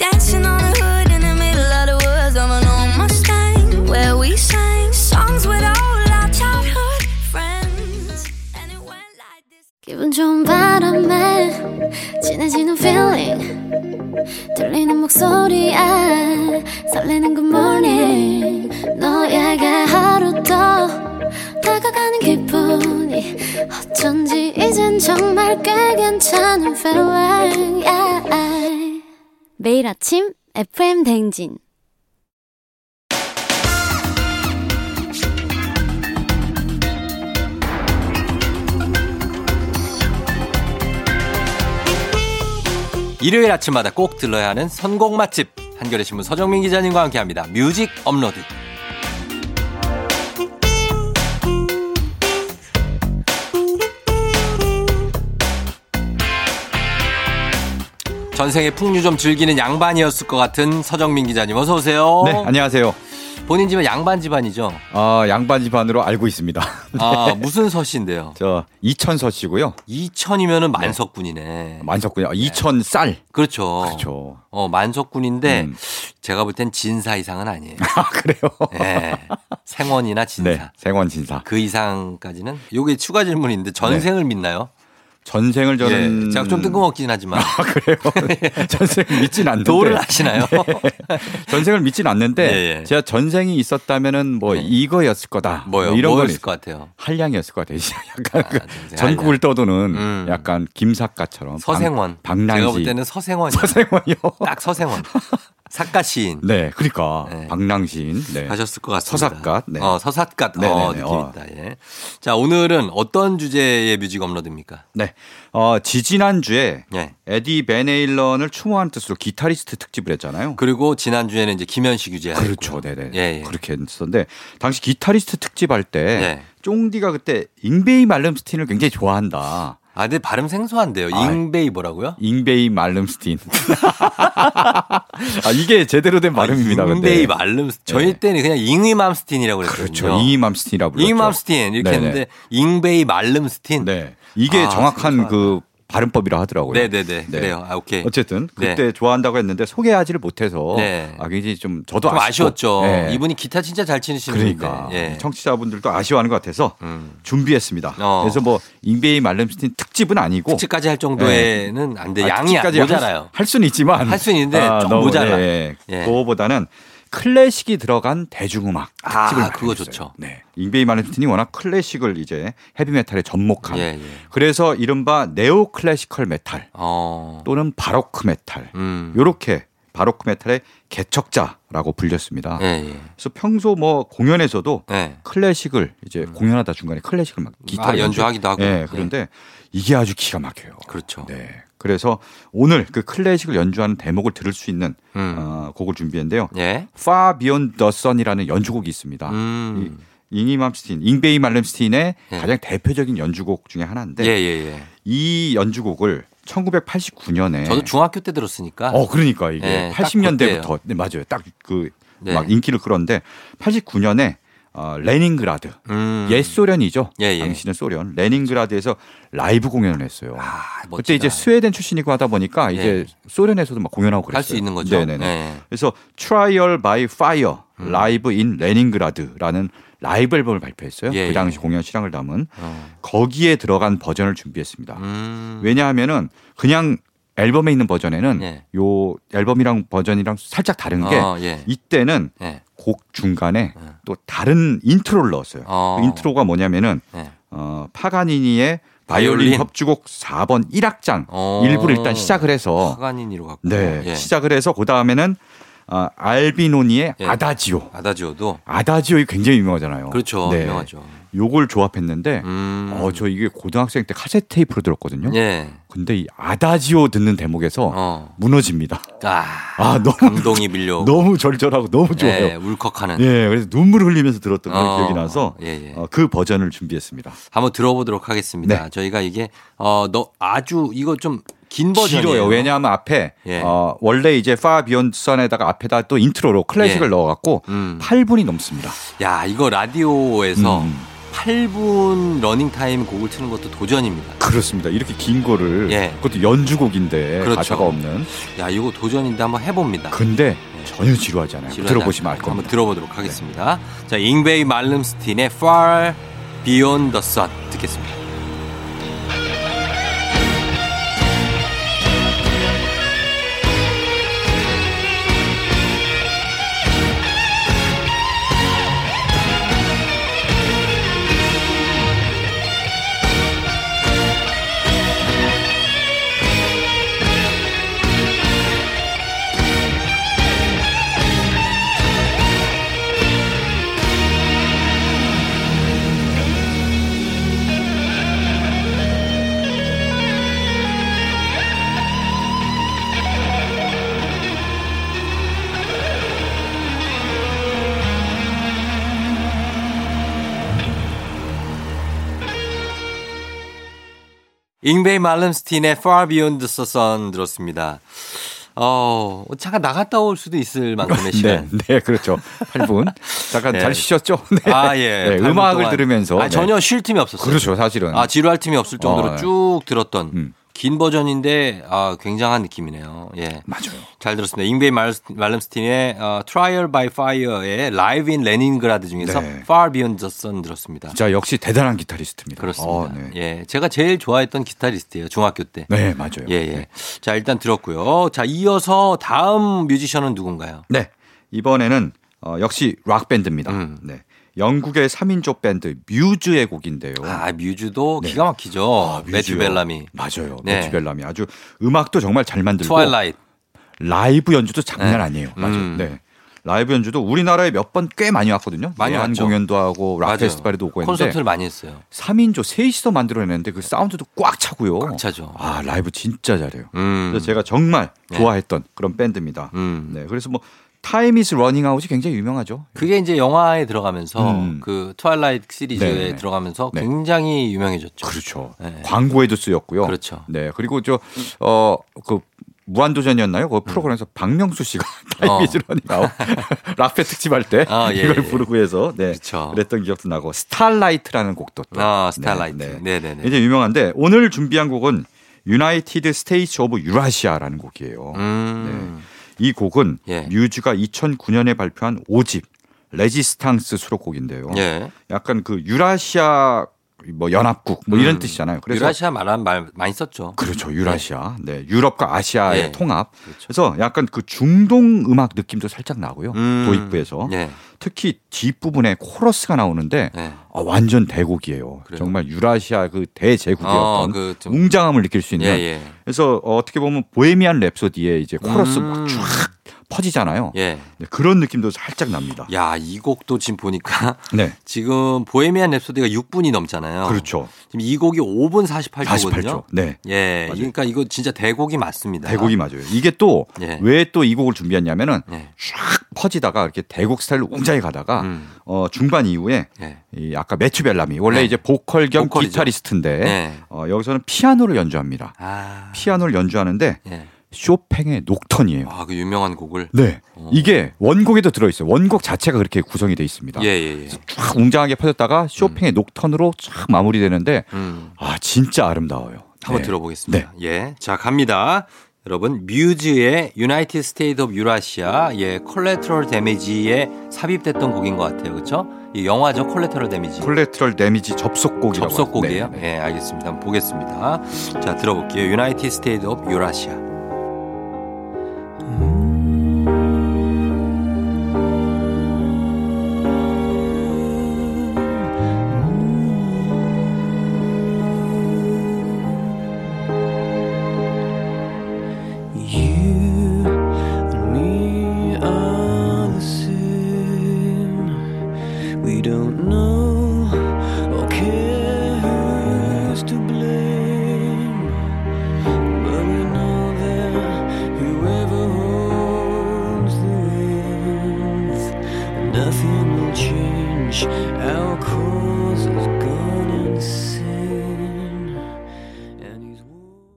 Speaker 5: Dancing on the hood in the middle of the woods of an old Mustang, where we sang songs with all our childhood friends. And it went like this.
Speaker 9: 기분 좋은 바람에 진해지는 feeling 들리는 목소리에 설레는 good morning 너에게 하루 더 다가가는 기분이 어쩐지 이젠 정말 꽤 괜찮은 feeling yeah. 매일 아침 FM 댕진
Speaker 1: 일요일 아침마다 꼭 들러야 하는 선곡 맛집 한겨레 신문 서정민 기자님과 함께합니다. 뮤직 업로드. 전생에 풍류 좀 즐기는 양반이었을 것 같은 서정민 기자님 어서 오세요.
Speaker 8: 네, 안녕하세요.
Speaker 1: 본인 집은 양반 집안이죠.
Speaker 8: 아, 양반 집안으로 알고 있습니다.
Speaker 1: 아 무슨 서씨인데요?
Speaker 8: 저 이천서 씨고요.
Speaker 1: 2천이면은 만석군이네.
Speaker 8: 만석군요. 아, 이천 쌀.
Speaker 1: 아, 그렇죠.
Speaker 8: 그렇죠.
Speaker 1: 어 만석군인데
Speaker 8: 음.
Speaker 1: 제가 볼 땐 진사 이상은 아니에요.
Speaker 8: 아, 그래요.
Speaker 1: 예. 생원이나 진사.
Speaker 8: 네, 생원 진사.
Speaker 1: 그 이상까지는 요게 추가 질문인데 전생을 믿나요?
Speaker 8: 전생을 네. 저는
Speaker 1: 예. 제가 좀 뜬금없긴 하지만
Speaker 8: 아, 그래요. 전생을 믿진 않는데.
Speaker 1: 도를 아시나요?
Speaker 8: 네. 전생을 믿진 않는데
Speaker 1: 예, 예.
Speaker 8: 제가 전생이 있었다면은 뭐 이거였을 거다.
Speaker 1: 뭐요?
Speaker 8: 뭐 이런 건
Speaker 1: 뭐였을
Speaker 8: 있-
Speaker 1: 것 같아요?
Speaker 8: 한량이었을 것 같아요. 약간 그
Speaker 1: 전생
Speaker 8: 전국을 떠도는
Speaker 1: 음.
Speaker 8: 약간 김사과처럼 어, 방-
Speaker 1: 서생원.
Speaker 8: 방랑시.
Speaker 1: 제가 볼 때는 서생원이요.
Speaker 8: 서생원이요.
Speaker 1: 딱 서생원. 사가 시인
Speaker 8: 네, 그러니까
Speaker 1: 네.
Speaker 8: 방랑시인. 네.
Speaker 1: 하셨을 것 같습니다.
Speaker 8: 서삿갓, 네.
Speaker 1: 어, 서삿갓. 어,
Speaker 8: 네네네.
Speaker 1: 느낌
Speaker 8: 어.
Speaker 1: 있다. 예. 자, 오늘은 어떤 주제의 뮤직 업로드입니까?
Speaker 8: 네. 어, 지지난 주에
Speaker 1: 예.
Speaker 8: 에디 베네일런을 추모하는 뜻으로 기타리스트 특집을 했잖아요.
Speaker 1: 그리고 지난주에는 이제 김현식 유재
Speaker 8: 그렇죠, 네네.
Speaker 1: 예, 예.
Speaker 8: 그렇게 했었는데 당시 기타리스트 특집 할 때
Speaker 1: 예.
Speaker 8: 쫑디가 그때 잉베이 말름스틴을 굉장히 좋아한다.
Speaker 1: 아, 근데 발음 생소한데요.
Speaker 8: 아,
Speaker 1: 잉베이 뭐라고요?
Speaker 8: 잉베이 말름스틴. 아 이게 제대로 된 발음입니다. 근데. 네.
Speaker 1: 잉베이 말름. 저희 때는 그냥 잉이맘스틴이라고 그랬거든요.
Speaker 8: 그렇죠. 잉이맘스틴이라고 불렀죠.
Speaker 1: 잉이맘스틴 이렇게
Speaker 8: 네네.
Speaker 1: 했는데 잉베이 말름스틴.
Speaker 8: 네. 이게
Speaker 1: 아,
Speaker 8: 정확한 그 발음법이라 하더라고요.
Speaker 1: 네네네.
Speaker 8: 네.
Speaker 1: 그래요. 아, 오케이.
Speaker 8: 어쨌든
Speaker 1: 네.
Speaker 8: 그때 좋아한다고 했는데 소개하지를 못해서
Speaker 1: 네.
Speaker 8: 아 굉장히 좀 저도
Speaker 1: 좀
Speaker 8: 아쉽고.
Speaker 1: 아쉬웠죠.
Speaker 8: 네.
Speaker 1: 이분이 기타 진짜 잘 치시는 분인데.
Speaker 8: 그러니까
Speaker 1: 예. 음.
Speaker 8: 청취자분들도 아쉬워하는 것 같아서 준비했습니다.
Speaker 1: 어.
Speaker 8: 그래서 뭐 잉베이 말름스틴 특집은 아니고
Speaker 1: 특집까지 할 정도에는 안 돼. 양이 안
Speaker 8: 특집까지 아, 할 수-
Speaker 1: 모자라요.
Speaker 8: 할 수는 있지만
Speaker 1: 할 수는 있는데 좀 모자라.
Speaker 8: 예, 예.
Speaker 1: 예.
Speaker 8: 그거보다는 클래식이 들어간 대중음악
Speaker 1: 아,
Speaker 8: 특집을
Speaker 1: 그거
Speaker 8: 마련했어요.
Speaker 1: 좋죠.
Speaker 8: 네. 잉베이 말름스틴이 워낙 클래식을 이제 헤비메탈에 접목한
Speaker 1: 예, 예.
Speaker 8: 그래서 이른바 네오 클래시컬 메탈
Speaker 1: 어.
Speaker 8: 또는 바로크 메탈
Speaker 1: 음.
Speaker 8: 요렇게 바로크 메탈의 개척자라고 불렸습니다.
Speaker 1: 예, 예.
Speaker 8: 그래서 평소 뭐 공연에서도
Speaker 1: 예.
Speaker 8: 클래식을 이제 공연하다 중간에 클래식을 막
Speaker 1: 음.
Speaker 8: 기타
Speaker 1: 아, 연주하기도 하고.
Speaker 8: 예, 그런데 이게 아주 기가 막혀요.
Speaker 1: 그렇죠.
Speaker 8: 네. 그래서 오늘 그 클래식을 연주하는 대목을 들을 수 있는
Speaker 1: 음.
Speaker 8: 어, 곡을 준비했는데요.
Speaker 1: 예.
Speaker 8: Far Beyond the Sun이라는 연주곡이 있습니다.
Speaker 1: 음.
Speaker 8: 아. 이 잉이맘스틴, 잉베이 말렘스틴의
Speaker 1: 예.
Speaker 8: 가장 대표적인 연주곡 중에 하나인데
Speaker 1: 예, 예, 예.
Speaker 8: 이 연주곡을 1989년에
Speaker 1: 저도 중학교 때 들었으니까.
Speaker 8: 네. 어 그러니까 이게
Speaker 1: 예, 딱
Speaker 8: 80년대부터 네, 맞아요. 딱 그 막
Speaker 1: 네.
Speaker 8: 인기를 끌었는데 89년에 어, 레닌그라드
Speaker 1: 음.
Speaker 8: 옛 소련이죠.
Speaker 1: 예, 예.
Speaker 8: 당시는 소련. 레닌그라드에서 라이브 공연을 했어요.
Speaker 1: 아, 멋지다.
Speaker 8: 그때 이제 스웨덴 출신이고 하다 보니까 이제 소련에서도 막 공연하고 그랬어요.
Speaker 1: 할수 있는 거죠.
Speaker 8: 네네네.
Speaker 1: 예. 음.
Speaker 8: 그래서 Trial by Fire 라이브 인 레닌그라드라는 라이브 앨범을 발표했어요.
Speaker 1: 예,
Speaker 8: 그 당시
Speaker 1: 예.
Speaker 8: 공연 실황을 담은
Speaker 1: 어.
Speaker 8: 거기에 들어간 버전을 준비했습니다.
Speaker 1: 음.
Speaker 8: 왜냐하면은 그냥 앨범에 있는 버전에는
Speaker 1: 예.
Speaker 8: 요 앨범이랑 버전이랑 살짝 다른 음. 게
Speaker 1: 어, 예.
Speaker 8: 이때는
Speaker 1: 예.
Speaker 8: 곡 중간에
Speaker 1: 예.
Speaker 8: 또 다른 인트로를 넣었어요.
Speaker 1: 어.
Speaker 8: 그 인트로가 뭐냐면은
Speaker 1: 예.
Speaker 8: 어, 파가니니의 바이올린,
Speaker 1: 바이올린.
Speaker 8: 협주곡 4번 1악장
Speaker 1: 어.
Speaker 8: 일부를 일단 시작을 해서
Speaker 1: 하가닌이로 갖고.
Speaker 8: 네
Speaker 1: 예.
Speaker 8: 시작을 해서 그 다음에는 아 알비노니의
Speaker 1: 예.
Speaker 8: 아다지오
Speaker 1: 아다지오도.
Speaker 8: 아다지오 굉장히 유명하잖아요.
Speaker 1: 그렇죠.
Speaker 8: 네.
Speaker 1: 유명하죠.
Speaker 8: 요걸 조합했는데
Speaker 1: 음.
Speaker 8: 어 저 이게 고등학생 때 카세트 테이프로 들었거든요.
Speaker 1: 예.
Speaker 8: 근데 이 아다지오 듣는 대목에서
Speaker 1: 어.
Speaker 8: 무너집니다.
Speaker 1: 아.
Speaker 8: 아 너무
Speaker 1: 감동이 밀려.
Speaker 8: 너무 절절하고 너무 좋아요.
Speaker 1: 예, 울컥하는.
Speaker 8: 예, 그래서 눈물 흘리면서 들었던 그런
Speaker 1: 어,
Speaker 8: 기억이 나서
Speaker 1: 예, 예.
Speaker 8: 어, 그 버전을 준비했습니다.
Speaker 1: 한번 들어보도록 하겠습니다.
Speaker 8: 네.
Speaker 1: 저희가 이게 어, 너 아주 이거 좀 긴 버전이에요.
Speaker 8: 길어요. 왜냐하면 앞에
Speaker 1: 예.
Speaker 8: 어, 원래 이제 Far Beyond Sun에다가 앞에다 또 인트로로 클래식을
Speaker 1: 예.
Speaker 8: 넣어갖고
Speaker 1: 음.
Speaker 8: 8분이 넘습니다.
Speaker 1: 야, 이거 라디오에서
Speaker 8: 음.
Speaker 1: 8분 러닝 타임 곡을 트는 것도 도전입니다.
Speaker 8: 그렇습니다. 이렇게 긴 거를
Speaker 1: 예.
Speaker 8: 그것도 연주곡인데
Speaker 1: 그렇죠.
Speaker 8: 가사가 없는.
Speaker 1: 야, 이거 도전인데 한번 해봅니다.
Speaker 8: 근데 전혀 지루하지 않아요.
Speaker 1: 지루하지
Speaker 8: 들어보시면 알
Speaker 1: 않을까? 한번
Speaker 8: 겁니다. 네.
Speaker 1: 들어보도록 하겠습니다. 자, 잉베이 말름스틴의 Far Beyond the Sun 듣겠습니다. 잉베이 말름스틴의 Far Beyond the Sun 들었습니다. 어, 잠깐 나갔다 올 수도 있을 만큼의
Speaker 8: 네,
Speaker 1: 시간.
Speaker 8: 네, 그렇죠. 8분. 잠깐
Speaker 1: 네.
Speaker 8: 잘 쉬셨죠? 네.
Speaker 1: 아, 예.
Speaker 8: 네,
Speaker 1: 팔분
Speaker 8: 음악을
Speaker 1: 동안.
Speaker 8: 들으면서.
Speaker 1: 아, 전혀 쉴 틈이
Speaker 8: 네.
Speaker 1: 없었어요.
Speaker 8: 그렇죠, 사실은.
Speaker 1: 아, 지루할 틈이 없을 정도로
Speaker 8: 어, 예.
Speaker 1: 쭉 들었던
Speaker 8: 음.
Speaker 1: 긴 버전인데 아, 굉장한 느낌이네요. 예.
Speaker 8: 맞아요.
Speaker 1: 잘 들었습니다. 잉베이 말- 말름스틴의 어, Trial by Fire의 Live in Leningrad 중에서
Speaker 8: 네.
Speaker 1: Far Beyond the Sun 들었습니다.
Speaker 8: 진짜 역시 대단한 기타리스트입니다.
Speaker 1: 그렇습니다.
Speaker 8: 어, 네.
Speaker 1: 예. 제가 제일 좋아했던 기타리스트예요. 중학교 때.
Speaker 8: 네, 맞아요.
Speaker 1: 예, 예. 자, 일단 들었고요. 자, 이어서 다음 뮤지션은 누군가요?
Speaker 8: 네. 이번에는 어, 역시 락 밴드입니다.
Speaker 1: 음.
Speaker 8: 네. 영국의 3인조 밴드 뮤즈의 곡인데요.
Speaker 1: 아, 뮤즈도 기가 막히죠.
Speaker 8: 네. 아, 뮤즈요.
Speaker 1: 매튜 벨라미.
Speaker 8: 맞아요.
Speaker 1: 네.
Speaker 8: 매튜 벨람이 아주 음악도 정말 잘 만들고
Speaker 1: 트와일라이트.
Speaker 8: 라이브 연주도 장난 아니에요. 맞아요.
Speaker 1: 음.
Speaker 8: 네. 라이브 연주도 우리나라에 몇 번 꽤 많이 왔거든요.
Speaker 1: 많이
Speaker 8: 한
Speaker 1: 왔죠.
Speaker 8: 예, 공연도 하고 락
Speaker 1: 맞아요.
Speaker 8: 페스티벌에도 오고 했는데
Speaker 1: 콘서트를 많이 했어요.
Speaker 8: 3인조 셋이서 만들어냈는데 그 사운드도 꽉 차고요.
Speaker 1: 꽉 차죠.
Speaker 8: 아 라이브 진짜 잘해요.
Speaker 1: 음.
Speaker 8: 그래서 제가 정말
Speaker 1: 네.
Speaker 8: 좋아했던 그런 밴드입니다.
Speaker 1: 음.
Speaker 8: 네, 그래서 뭐 타임 이즈 러닝 아웃이 굉장히 유명하죠.
Speaker 1: 그게 이제 영화에 들어가면서
Speaker 8: 음.
Speaker 1: 그 트와일라이트 시리즈에
Speaker 8: 네, 네.
Speaker 1: 들어가면서
Speaker 8: 네.
Speaker 1: 굉장히 유명해졌죠.
Speaker 8: 그렇죠.
Speaker 1: 네.
Speaker 8: 광고에도 쓰였고요.
Speaker 1: 그렇죠.
Speaker 8: 네, 그리고 저어그 무한도전이었나요? 그 프로그램에서 박명수 씨가
Speaker 1: 어,
Speaker 8: 타임 네, 이즈 러닝 아웃 락페 특집 할 때
Speaker 1: 아, 예,
Speaker 8: 이걸
Speaker 1: 예.
Speaker 8: 부르고 해서 네,
Speaker 1: 그렇죠.
Speaker 8: 랬던 기억도 나고 스타라이트라는 곡도 또
Speaker 1: 아,
Speaker 8: 네,
Speaker 1: 스타일라이트. 네, 네, 네.
Speaker 8: 이제 유명한데 오늘 준비한 곡은 유나이티드 스테이츠 오브 유라시아라는 곡이에요.
Speaker 1: 음.
Speaker 8: 네. 이 곡은
Speaker 1: 예.
Speaker 8: 뮤즈가 2009년에 발표한 5집 레지스탕스 수록곡인데요.
Speaker 1: 예.
Speaker 8: 약간 그 유라시아 뭐 연합국 뭐 이런 뜻이잖아요.
Speaker 1: 음.
Speaker 8: 그래서
Speaker 1: 유라시아 말한 말 많이 썼죠.
Speaker 8: 그렇죠. 유라시아. 네. 유럽과 아시아의
Speaker 1: 네.
Speaker 8: 통합. 그래서 약간 그 중동 음악 느낌도 살짝 나고요.
Speaker 1: 음.
Speaker 8: 도입부에서.
Speaker 1: 예.
Speaker 8: 특히 뒷부분에 코러스가 나오는데
Speaker 1: 예.
Speaker 8: 아, 완전 대곡이에요.
Speaker 1: 그래요?
Speaker 8: 정말 유라시아 그 대제국이었던
Speaker 1: 어, 그 좀-
Speaker 8: 웅장함을 느낄 수
Speaker 1: 예,
Speaker 8: 있는
Speaker 1: 예.
Speaker 8: 그래서 어떻게 보면 보헤미안 랩소디에 이제 코러스
Speaker 1: 음.
Speaker 8: 막 쫙 퍼지잖아요.
Speaker 1: 예.
Speaker 8: 네, 그런 느낌도 살짝 납니다.
Speaker 1: 야, 이 곡도 지금 보니까
Speaker 8: 네.
Speaker 1: 지금 보헤미안 랩소디가 6분이 넘잖아요.
Speaker 8: 그렇죠.
Speaker 1: 지금 이 곡이 5분 48초거든요.
Speaker 8: 48초. 네.
Speaker 1: 예.
Speaker 8: 맞아요.
Speaker 1: 그러니까 이거 진짜 대곡이 맞습니다.
Speaker 8: 대곡이 맞아요. 이게 또 왜
Speaker 1: 예.
Speaker 8: 또 이 곡을 준비했냐면은
Speaker 1: 예.
Speaker 8: 쫙 퍼지다가 이렇게 대곡 스타일로 웅장히 가다가
Speaker 1: 음.
Speaker 8: 어, 중반 이후에
Speaker 1: 예.
Speaker 8: 이 아까 매튜 벨람이 원래
Speaker 1: 네.
Speaker 8: 이제 보컬 겸
Speaker 1: 보컬이죠.
Speaker 8: 기타리스트인데
Speaker 1: 네.
Speaker 8: 어, 여기서는 피아노를 연주합니다.
Speaker 1: 아.
Speaker 8: 피아노를 연주하는데
Speaker 1: 예.
Speaker 8: 쇼팽의 녹턴이에요.
Speaker 1: 아, 그 유명한 곡을
Speaker 8: 네.
Speaker 1: 어.
Speaker 8: 이게 원곡에도 들어있어요. 원곡 자체가 그렇게 구성이 돼 있습니다.
Speaker 1: 예, 예, 예.
Speaker 8: 쫙 웅장하게 퍼졌다가 쇼팽의 녹턴으로 쫙 마무리되는데
Speaker 1: 음.
Speaker 8: 아 진짜 아름다워요.
Speaker 1: 한번
Speaker 8: 네.
Speaker 1: 들어보겠습니다. 예. 자, 갑니다. 여러분, 뮤즈의 유나이티드 스테이트 오브 유라시아, 예, 콜레트럴 데미지에 삽입됐던 곡인 것 같아요. 그렇죠? 이 영화죠, 콜레트럴 데미지.
Speaker 8: 콜레트럴 데미지 접속곡이라고
Speaker 1: 접속곡이에요.
Speaker 8: 하죠. 네, 네.
Speaker 1: 예, 알겠습니다. 한번 보겠습니다. 자, 들어볼게요. 유나이티드 스테이트 오브 유라시아.
Speaker 4: You and me are the same. We don't know or care who's to blame. But we know that whoever holds the reins, nothing will change. Our cause has gone insane. And he's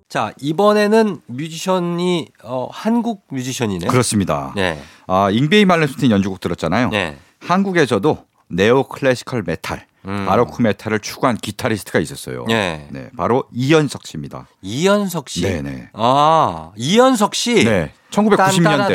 Speaker 1: 자, 이번에는 뮤지션이 어, 한국 뮤지션이네요.
Speaker 8: 그렇습니다.
Speaker 1: 예. 네.
Speaker 8: 아 잉베이 말렌스틴 연주곡 들었잖아요.
Speaker 1: 네.
Speaker 8: 한국에서도 네오 클래시컬 메탈,
Speaker 1: 음.
Speaker 8: 바로크 메탈을 추구한 기타리스트가 있었어요.
Speaker 1: 네.
Speaker 8: 네, 바로 이현석 씨입니다.
Speaker 1: 이현석 씨.
Speaker 8: 네, 네.
Speaker 1: 아, 이현석 씨.
Speaker 8: 네, 1990년대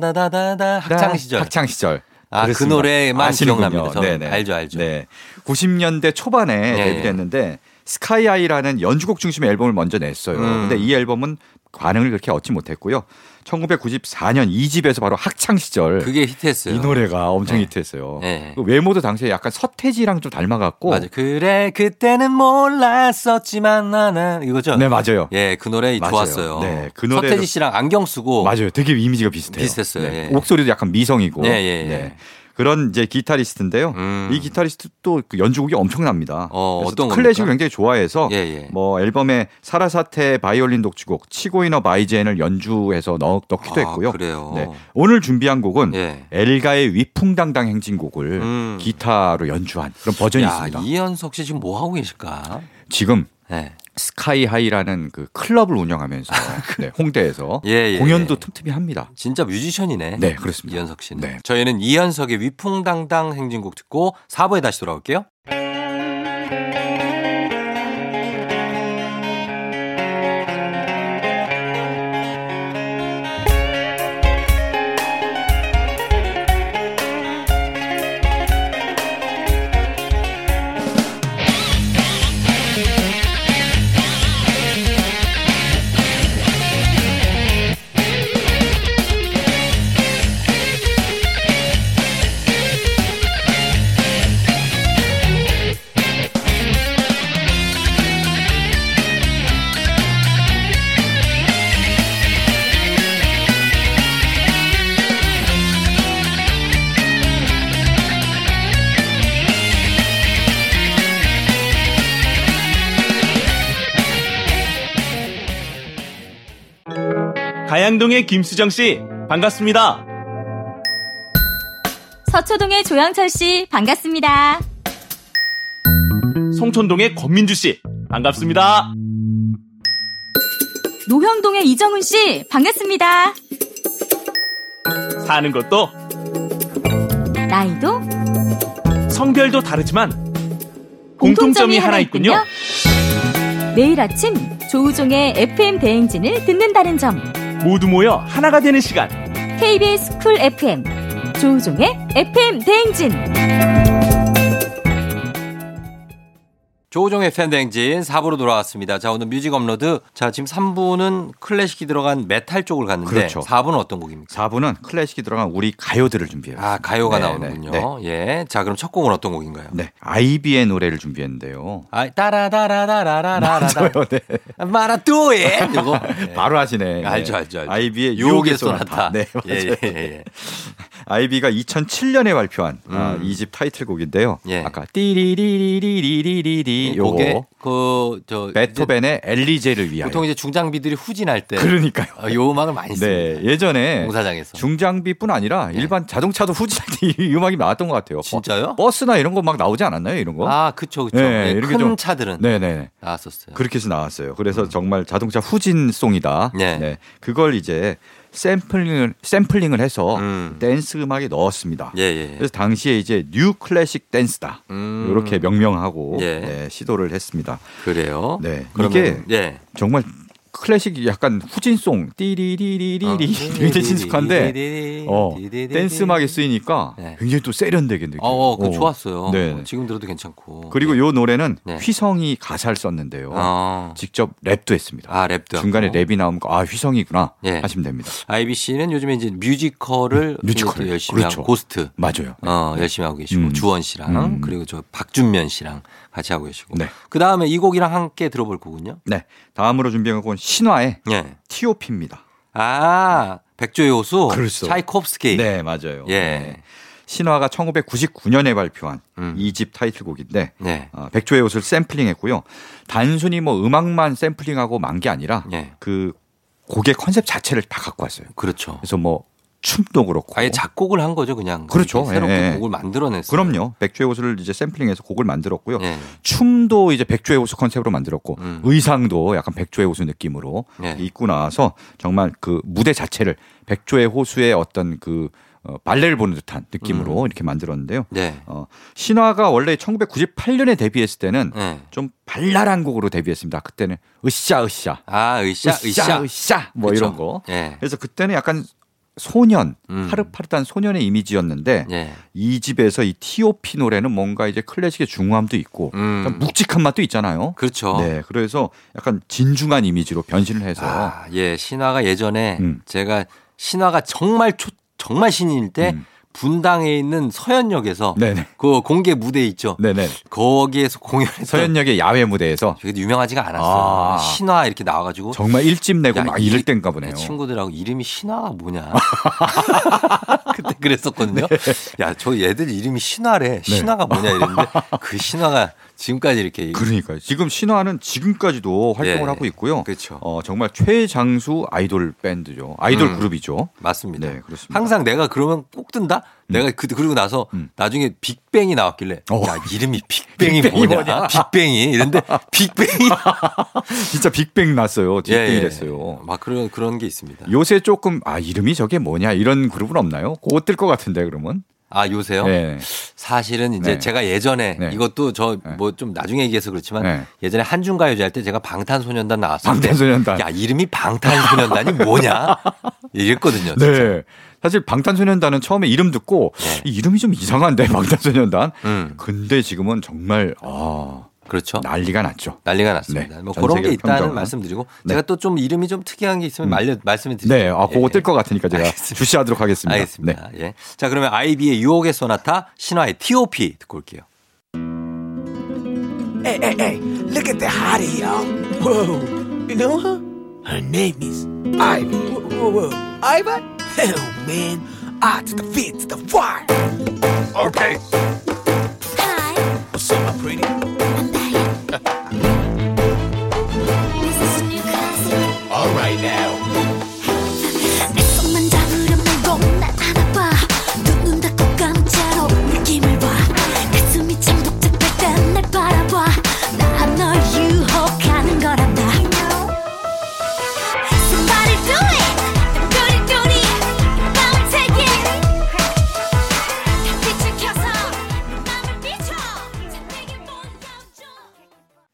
Speaker 1: 맞아요. 학창 시절.
Speaker 8: 학창 시절.
Speaker 1: 아, 그
Speaker 8: 그렇습니다.
Speaker 1: 노래만
Speaker 8: 아시는군요.
Speaker 1: 기억납니다. 저는 알죠, 알죠.
Speaker 8: 네. 90년대 초반에
Speaker 1: 예, 예.
Speaker 8: 데뷔했는데 스카이아이라는 연주곡 중심의 앨범을 먼저 냈어요.
Speaker 1: 음.
Speaker 8: 근데 이 앨범은 반응을 그렇게 얻지 못했고요. 1994년 이집에서 바로 학창 시절
Speaker 1: 그게 히트했어요.
Speaker 8: 이 노래가 엄청
Speaker 1: 네.
Speaker 8: 히트했어요.
Speaker 1: 네.
Speaker 8: 그 외모도 당시에 약간 서태지랑 좀 닮아갖고.
Speaker 1: 맞아. 그래 그때는 몰랐었지만 나는 이거죠.
Speaker 8: 네, 맞아요.
Speaker 1: 예, 그 노래
Speaker 8: 맞아요.
Speaker 1: 좋았어요.
Speaker 8: 네, 그 노래를-
Speaker 1: 서태지 씨랑 안경 쓰고
Speaker 8: 맞아요. 되게 이미지가
Speaker 1: 어.
Speaker 8: 비슷해요.
Speaker 1: 비슷했어요.
Speaker 8: 네.
Speaker 1: 예.
Speaker 8: 목소리도 약간 미성이고.
Speaker 1: 예, 예, 예.
Speaker 8: 네. 그런 이제 기타리스트인데요.
Speaker 1: 음.
Speaker 8: 이 기타리스트도 그 연주곡이 엄청납니다.
Speaker 1: 어,
Speaker 8: 그래서
Speaker 1: 어떤
Speaker 8: 클래식을
Speaker 1: 겁니까?
Speaker 8: 굉장히 좋아해서
Speaker 1: 예, 예.
Speaker 8: 뭐 앨범에 사라사테 바이올린 독주곡 치고이너 마이젠을 연주해서 넣, 넣기도
Speaker 1: 아,
Speaker 8: 했고요.
Speaker 1: 그래요?
Speaker 8: 네. 오늘 준비한 곡은
Speaker 1: 예.
Speaker 8: 엘가의 위풍당당 행진곡을
Speaker 1: 음.
Speaker 8: 기타로 연주한 그런 버전이
Speaker 1: 야,
Speaker 8: 있습니다.
Speaker 1: 이현석 씨 지금 뭐 하고 계실까?
Speaker 8: 지금
Speaker 1: 예.
Speaker 8: 스카이하이라는 그 클럽을 운영하면서 네, 홍대에서
Speaker 1: 아, 그 예, 예.
Speaker 8: 공연도 틈틈이 합니다.
Speaker 1: 진짜 뮤지션이네.
Speaker 8: 네, 그렇습니다.
Speaker 1: 이현석 씨는.
Speaker 8: 네.
Speaker 1: 저희는 이현석의 위풍당당 행진곡 듣고 4부에 다시 돌아올게요.
Speaker 5: 넌
Speaker 10: 가양동의 김수정 씨 반갑습니다.
Speaker 6: 서초동의 조영철 씨 반갑습니다.
Speaker 10: 송촌동의 권민주 씨 반갑습니다.
Speaker 6: 노형동의 이정훈 씨 반갑습니다.
Speaker 10: 사는 것도
Speaker 6: 나이도
Speaker 10: 성별도 다르지만 공통점이 하나 있군요.
Speaker 6: 매일 아침 조우종의 FM 대행진을 듣는다는 점.
Speaker 10: 모두 모여 하나가 되는 시간.
Speaker 6: KBS 쿨 FM 조우종의 FM 대행진.
Speaker 1: 조우종의 팬댕진 4부로 돌아왔습니다. 자, 오늘 뮤직 업로드. 자, 지금 3부는 클래식이 들어간 메탈 쪽을 갔는데
Speaker 8: 그렇죠.
Speaker 1: 4부는 어떤 곡입니까?
Speaker 8: 4부는 클래식이 들어간 우리 가요들을 준비해요.
Speaker 1: 아, 가요가
Speaker 8: 네,
Speaker 1: 나오는군요.
Speaker 8: 네,
Speaker 1: 예. 자, 그럼 첫 곡은 어떤 곡인가요?
Speaker 8: 네. 아이비의 노래를 준비했는데요.
Speaker 1: 아, 따라다라라라라라라.
Speaker 8: 네.
Speaker 1: 마라또예. 이거.
Speaker 8: 바로 하시네. 네.
Speaker 1: 알죠, 알죠, 알죠.
Speaker 8: 아이비의
Speaker 1: 유혹의
Speaker 8: 유혹의
Speaker 1: 소나타.
Speaker 8: 소나타. 네,
Speaker 1: 예,
Speaker 8: 맞아요.
Speaker 1: 예, 예.
Speaker 8: 아이비가 2007년에 발표한 아,
Speaker 1: 음.
Speaker 8: 이집 타이틀곡인데요.
Speaker 1: 예.
Speaker 8: 아까 띠리리리리리리리
Speaker 1: 요게
Speaker 8: 요거
Speaker 1: 그저
Speaker 8: 베토벤의 엘리제를 위하여.
Speaker 1: 보통 이제 중장비들이 후진할 때
Speaker 8: 그러니까요.
Speaker 1: 어, 요 음악을 많이
Speaker 8: 네,
Speaker 1: 씁니다.
Speaker 8: 예전에
Speaker 1: 공사장에서. 예.
Speaker 8: 중장비뿐 아니라 일반 자동차도 후진할 때 이 음악이 나왔던 것 같아요.
Speaker 1: 진짜요?
Speaker 8: 버, 스나 이런 거 막 나오지 않았나요? 이런 거?
Speaker 1: 아, 그쵸, 그쵸.
Speaker 8: 네,
Speaker 1: 네,
Speaker 8: 이렇게
Speaker 1: 큰
Speaker 8: 좀-
Speaker 1: 차들은
Speaker 8: 네네.
Speaker 1: 나왔었어요.
Speaker 8: 그렇게 해서 나왔어요. 그래서 정말 자동차 후진송이다.
Speaker 1: 음. 네.
Speaker 8: 네. 그걸 이제 샘플링을, 샘플링을 해서
Speaker 1: 음.
Speaker 8: 댄스 음악에 넣었습니다.
Speaker 1: 예, 예.
Speaker 8: 그래서 당시에 이제 뉴 클래식 댄스다.
Speaker 1: 음.
Speaker 8: 이렇게 명명하고
Speaker 1: 예.
Speaker 8: 네, 시도를 했습니다.
Speaker 1: 그래요.
Speaker 8: 네,
Speaker 1: 그러면-
Speaker 8: 이게
Speaker 1: 예.
Speaker 8: 정말 클래식 약간 후진송
Speaker 1: 아,
Speaker 8: 띠리리리리리
Speaker 1: 어.
Speaker 8: 굉장히 친숙한데 어, 댄스 음악에 쓰이니까
Speaker 1: 네.
Speaker 8: 굉장히 또 세련되게 느껴요.
Speaker 1: 어, 어, 그 좋았어요.
Speaker 8: 네.
Speaker 1: 어, 지금 들어도 괜찮고.
Speaker 8: 그리고 요 노래는
Speaker 1: 네.
Speaker 8: 휘성이 가사를 썼는데요.
Speaker 1: 아.
Speaker 8: 직접 랩도 했습니다.
Speaker 1: 아, 랩도
Speaker 8: 중간에
Speaker 1: 하고.
Speaker 8: 랩이 나오면 아 휘성이구나
Speaker 1: 예.
Speaker 8: 하시면 됩니다.
Speaker 1: IBC는 요즘에 이제 뮤지컬을
Speaker 8: 뮤지컬을.
Speaker 1: 또 열심히
Speaker 8: 그렇죠.
Speaker 1: 하고 고스트
Speaker 8: 맞아요.
Speaker 1: 어, 열심히 하고 계시고
Speaker 8: 음.
Speaker 1: 주원 씨랑
Speaker 8: 음.
Speaker 1: 그리고 저 박준면 씨랑 같이 하고 계시고.
Speaker 8: 네.
Speaker 1: 그다음에 이 곡이랑 함께 들어볼 곡은요?
Speaker 8: 네, 다음으로 준비한 곡은 신화의
Speaker 1: 예.
Speaker 8: T.O.P입니다.
Speaker 1: 아, 백조의 호수
Speaker 8: 그렇죠.
Speaker 1: 차이콥스키.
Speaker 8: 네, 맞아요.
Speaker 1: 예.
Speaker 8: 네. 신화가 1999년에 발표한
Speaker 1: 음.
Speaker 8: 이 집 타이틀곡인데
Speaker 1: 네.
Speaker 8: 아, 백조의 옷을 샘플링했고요. 단순히 뭐 음악만 샘플링하고 만 게 아니라
Speaker 1: 예.
Speaker 8: 그 곡의 컨셉 자체를 다 갖고 왔어요.
Speaker 1: 그렇죠.
Speaker 8: 그래서 뭐 춤도 그렇고
Speaker 1: 아예 작곡을 한 거죠, 그냥.
Speaker 8: 어. 그렇죠.
Speaker 1: 이렇게 새롭게
Speaker 8: 예.
Speaker 1: 곡을 만들어냈어요.
Speaker 8: 그럼요. 백조의 옷을 이제 샘플링해서 곡을 만들었고요.
Speaker 1: 예.
Speaker 8: 춤도 이제 백조의 옷을 컨셉으로 만들었고
Speaker 1: 음.
Speaker 8: 의상도 약간 백조의 옷의 느낌으로
Speaker 1: 예.
Speaker 8: 입고 나와서 정말 그 무대 자체를 백조의 호수의 어떤 그 어, 발레를 보는 듯한 느낌으로
Speaker 1: 음.
Speaker 8: 이렇게 만들었는데요.
Speaker 1: 네.
Speaker 8: 어, 신화가 원래 1998년에 데뷔했을 때는
Speaker 1: 네.
Speaker 8: 좀 발랄한 곡으로 데뷔했습니다. 그때는 으쌰 으쌰
Speaker 1: 아, 의샤, 의샤.
Speaker 8: 으쌰 뭐
Speaker 1: 그쵸.
Speaker 8: 이런 거.
Speaker 1: 예.
Speaker 8: 그래서 그때는 약간 소년
Speaker 1: 음.
Speaker 8: 파릇파릇한 소년의 이미지였는데
Speaker 1: 예.
Speaker 8: 이 집에서 이 T.O.P 노래는 뭔가 이제 클래식의 중후함도 있고
Speaker 1: 음.
Speaker 8: 약간 묵직한 맛도 있잖아요.
Speaker 1: 그렇죠.
Speaker 8: 네, 그래서 약간 진중한 이미지로 변신을 해서
Speaker 1: 아, 예, 신화가 예전에
Speaker 8: 음.
Speaker 1: 제가 신화가 정말 초, 정말 신인일 때
Speaker 8: 음.
Speaker 1: 분당에 있는 서현역에서
Speaker 8: 네네.
Speaker 1: 그 공개 무대 있죠.
Speaker 8: 네네
Speaker 1: 거기에서 공연해서
Speaker 8: 서현역의 야외 무대에서
Speaker 1: 되게 유명하지가 않았어.
Speaker 8: 아.
Speaker 1: 신화 이렇게 나와가지고
Speaker 8: 정말 일집 내고
Speaker 1: 야,
Speaker 8: 막
Speaker 1: 이-
Speaker 8: 이럴 땐가 보네요.
Speaker 1: 친구들하고 이름이 신화가 뭐냐. 그때 그랬었거든요.
Speaker 8: 네.
Speaker 1: 야, 저 얘들 이름이 신화래. 신화가 뭐냐 이랬는데 그 신화가 지금까지 이렇게
Speaker 8: 그러니까요. 지금 신화는 지금까지도 활동을
Speaker 1: 예,
Speaker 8: 하고 있고요.
Speaker 1: 그렇죠.
Speaker 8: 어, 정말 최장수 아이돌 밴드죠. 아이돌
Speaker 1: 음.
Speaker 8: 그룹이죠.
Speaker 1: 맞습니다.
Speaker 8: 네, 그렇습니다.
Speaker 1: 항상 내가 그러면 꼭 뜬다. 내가 그 그리고 나서
Speaker 8: 음.
Speaker 1: 나중에 빅뱅이 나왔길래
Speaker 8: 어.
Speaker 1: 야 이름이 빅뱅이,
Speaker 8: 빅뱅이
Speaker 1: 뭐냐? 빅뱅이 이런데 빅뱅이
Speaker 8: 진짜 빅뱅 났어요.
Speaker 1: 예,
Speaker 8: 빅뱅이
Speaker 1: 예.
Speaker 8: 됐어요.
Speaker 1: 막 그런 그런 게 있습니다.
Speaker 8: 요새 조금 아 이름이 저게 뭐냐 이런 그룹은 없나요? 곧 뜰 것 같은데 그러면.
Speaker 1: 아 요새요?
Speaker 8: 네.
Speaker 1: 사실은 이제
Speaker 8: 네. 제가
Speaker 1: 제가 예전에
Speaker 8: 네.
Speaker 1: 이것도 저
Speaker 8: 네.
Speaker 1: 뭐 좀 나중에 얘기해서 그렇지만
Speaker 8: 네.
Speaker 1: 예전에 한중가요제 할 때 제가 방탄소년단 나왔을 때
Speaker 8: 방탄소년단.
Speaker 1: 야 이름이 방탄소년단이 뭐냐 이랬거든요. 아, 진짜. 네.
Speaker 8: 네. 사실 방탄소년단은 처음에 이름 듣고 이 이름이 좀 이상한데 방탄소년단.
Speaker 1: 음.
Speaker 8: 근데 지금은 정말 아
Speaker 1: 그렇죠.
Speaker 8: 난리가 났죠.
Speaker 1: 난리가 났습니다.
Speaker 8: 네.
Speaker 1: 뭐
Speaker 8: 전
Speaker 1: 그런 게
Speaker 8: 세계를
Speaker 1: 있다는
Speaker 8: 평정하는.
Speaker 1: 말씀드리고
Speaker 8: 네. 음.
Speaker 1: 제가 또 좀 이름이 좀 특이한 게 있으면 말려 말씀을 드릴게요.
Speaker 8: 네, 아 그거
Speaker 1: 예.
Speaker 8: 뜰 것 같으니까 제가
Speaker 1: 알겠습니다.
Speaker 8: 주시하도록 하겠습니다. 네.
Speaker 1: 알겠습니다. 예. 자 그러면 아이비의 유혹의 소나타 신화의 T.O.P 듣고 올게요.
Speaker 4: Hey, hey, hey, look at the hottie, y'all. Whoa, you know her? Her name is Ivy. Whoa, whoa, whoa. Ivy? Hell, man. I to the fit to the fire. Okay.
Speaker 9: Hi,
Speaker 4: What's up, my pretty?
Speaker 9: I'm Patty. this is a new classic.
Speaker 4: All right now.
Speaker 9: From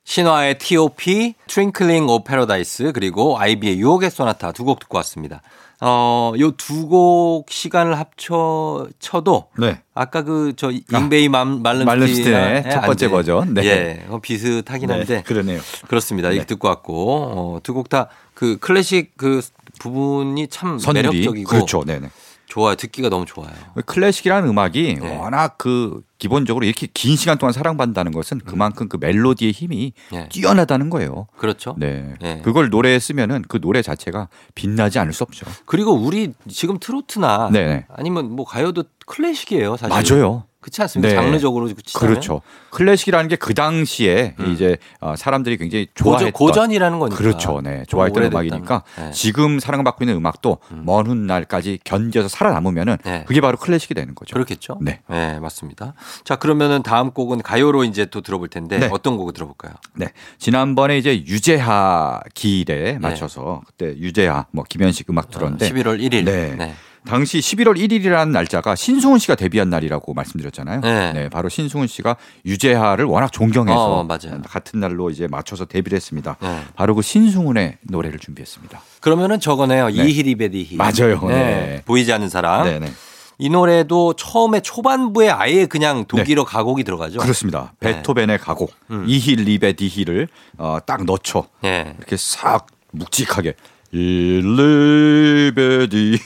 Speaker 1: 신화의 T.O.P, 트윙클링 오 패러다이스 그리고 아이비의 유혹의 소나타 두 곡 듣고 왔습니다. 어, 요 두 곡 시간을 합쳐 쳐도
Speaker 8: 네.
Speaker 1: 아까 그 저 잉베이 맘 말름
Speaker 8: 말름스테의 첫 번째 버전. 네.
Speaker 1: 예, 어, 비슷하긴
Speaker 8: 네,
Speaker 1: 한데
Speaker 8: 그러네요.
Speaker 1: 그렇습니다. 이렇게
Speaker 8: 네.
Speaker 1: 듣고 왔고 어, 두 곡 다 그 클래식 그 부분이 참
Speaker 8: 선율이
Speaker 1: 매력적이고
Speaker 8: 그렇죠. 네네.
Speaker 1: 좋아요. 듣기가 너무 좋아요.
Speaker 8: 클래식이라는 음악이
Speaker 1: 네.
Speaker 8: 워낙 그 기본적으로 이렇게 긴 시간 동안 사랑받는다는 것은 그만큼 그 멜로디의 힘이
Speaker 1: 음. 예.
Speaker 8: 뛰어나다는 거예요.
Speaker 1: 그렇죠.
Speaker 8: 네.
Speaker 1: 네.
Speaker 8: 그걸 노래에 쓰면은 그 노래 자체가 빛나지 않을 수 없죠.
Speaker 1: 그리고 우리 지금 트로트나
Speaker 8: 네네.
Speaker 1: 아니면 뭐 가요도 클래식이에요, 사실.
Speaker 8: 맞아요.
Speaker 1: 그렇지 않습니까?
Speaker 8: 네.
Speaker 1: 장르적으로 치자면.
Speaker 8: 그렇죠. 클래식이라는 게 그 당시에 이제 어, 사람들이 굉장히
Speaker 1: 음. 고전,
Speaker 8: 좋아했던
Speaker 1: 고전이라는 거니까.
Speaker 8: 그렇죠. 네. 좋아했던
Speaker 1: 오래됐다면.
Speaker 8: 음악이니까
Speaker 1: 네.
Speaker 8: 지금 사랑받고 있는 음악도 먼 훗날까지 견뎌서 살아남으면은
Speaker 1: 네.
Speaker 8: 그게 바로 클래식이 되는 거죠.
Speaker 1: 그렇겠죠.
Speaker 8: 네.
Speaker 1: 맞습니다. 자, 그러면은 다음 곡은 가요로 이제 또 들어볼 텐데
Speaker 8: 네.
Speaker 1: 어떤 곡을 들어볼까요?
Speaker 8: 네. 지난번에 이제 유재하 기일에 맞춰서
Speaker 1: 네.
Speaker 8: 그때 유재하 뭐 김현식 음악 들었는데
Speaker 1: 11월 어, 1일.
Speaker 8: 네. 당시 11월 1일이라는 날짜가 신승훈 씨가 데뷔한 날이라고 말씀드렸잖아요.
Speaker 1: 네.
Speaker 8: 바로 신승훈 씨가 유재하를 워낙 존경해서
Speaker 1: 어, 맞아요.
Speaker 8: 같은 날로 이제 맞춰서 데뷔를 했습니다.
Speaker 1: 네.
Speaker 8: 바로 그 신승훈의 노래를 준비했습니다.
Speaker 1: 그러면은 저거네요.
Speaker 8: 네.
Speaker 1: 이히리 베디히.
Speaker 8: 맞아요. 네.
Speaker 1: 보이지 않는 사랑.
Speaker 8: 네, 네.
Speaker 1: 이 노래도 처음에 초반부에 아예 그냥 독일어 가곡이 들어가죠.
Speaker 8: 네. 그렇습니다.
Speaker 1: 네. 음.
Speaker 8: 베토벤의 가곡 이힐 리베 디힐을 어, 딱 넣죠.
Speaker 1: 네.
Speaker 8: 이렇게 싹 묵직하게 일리베디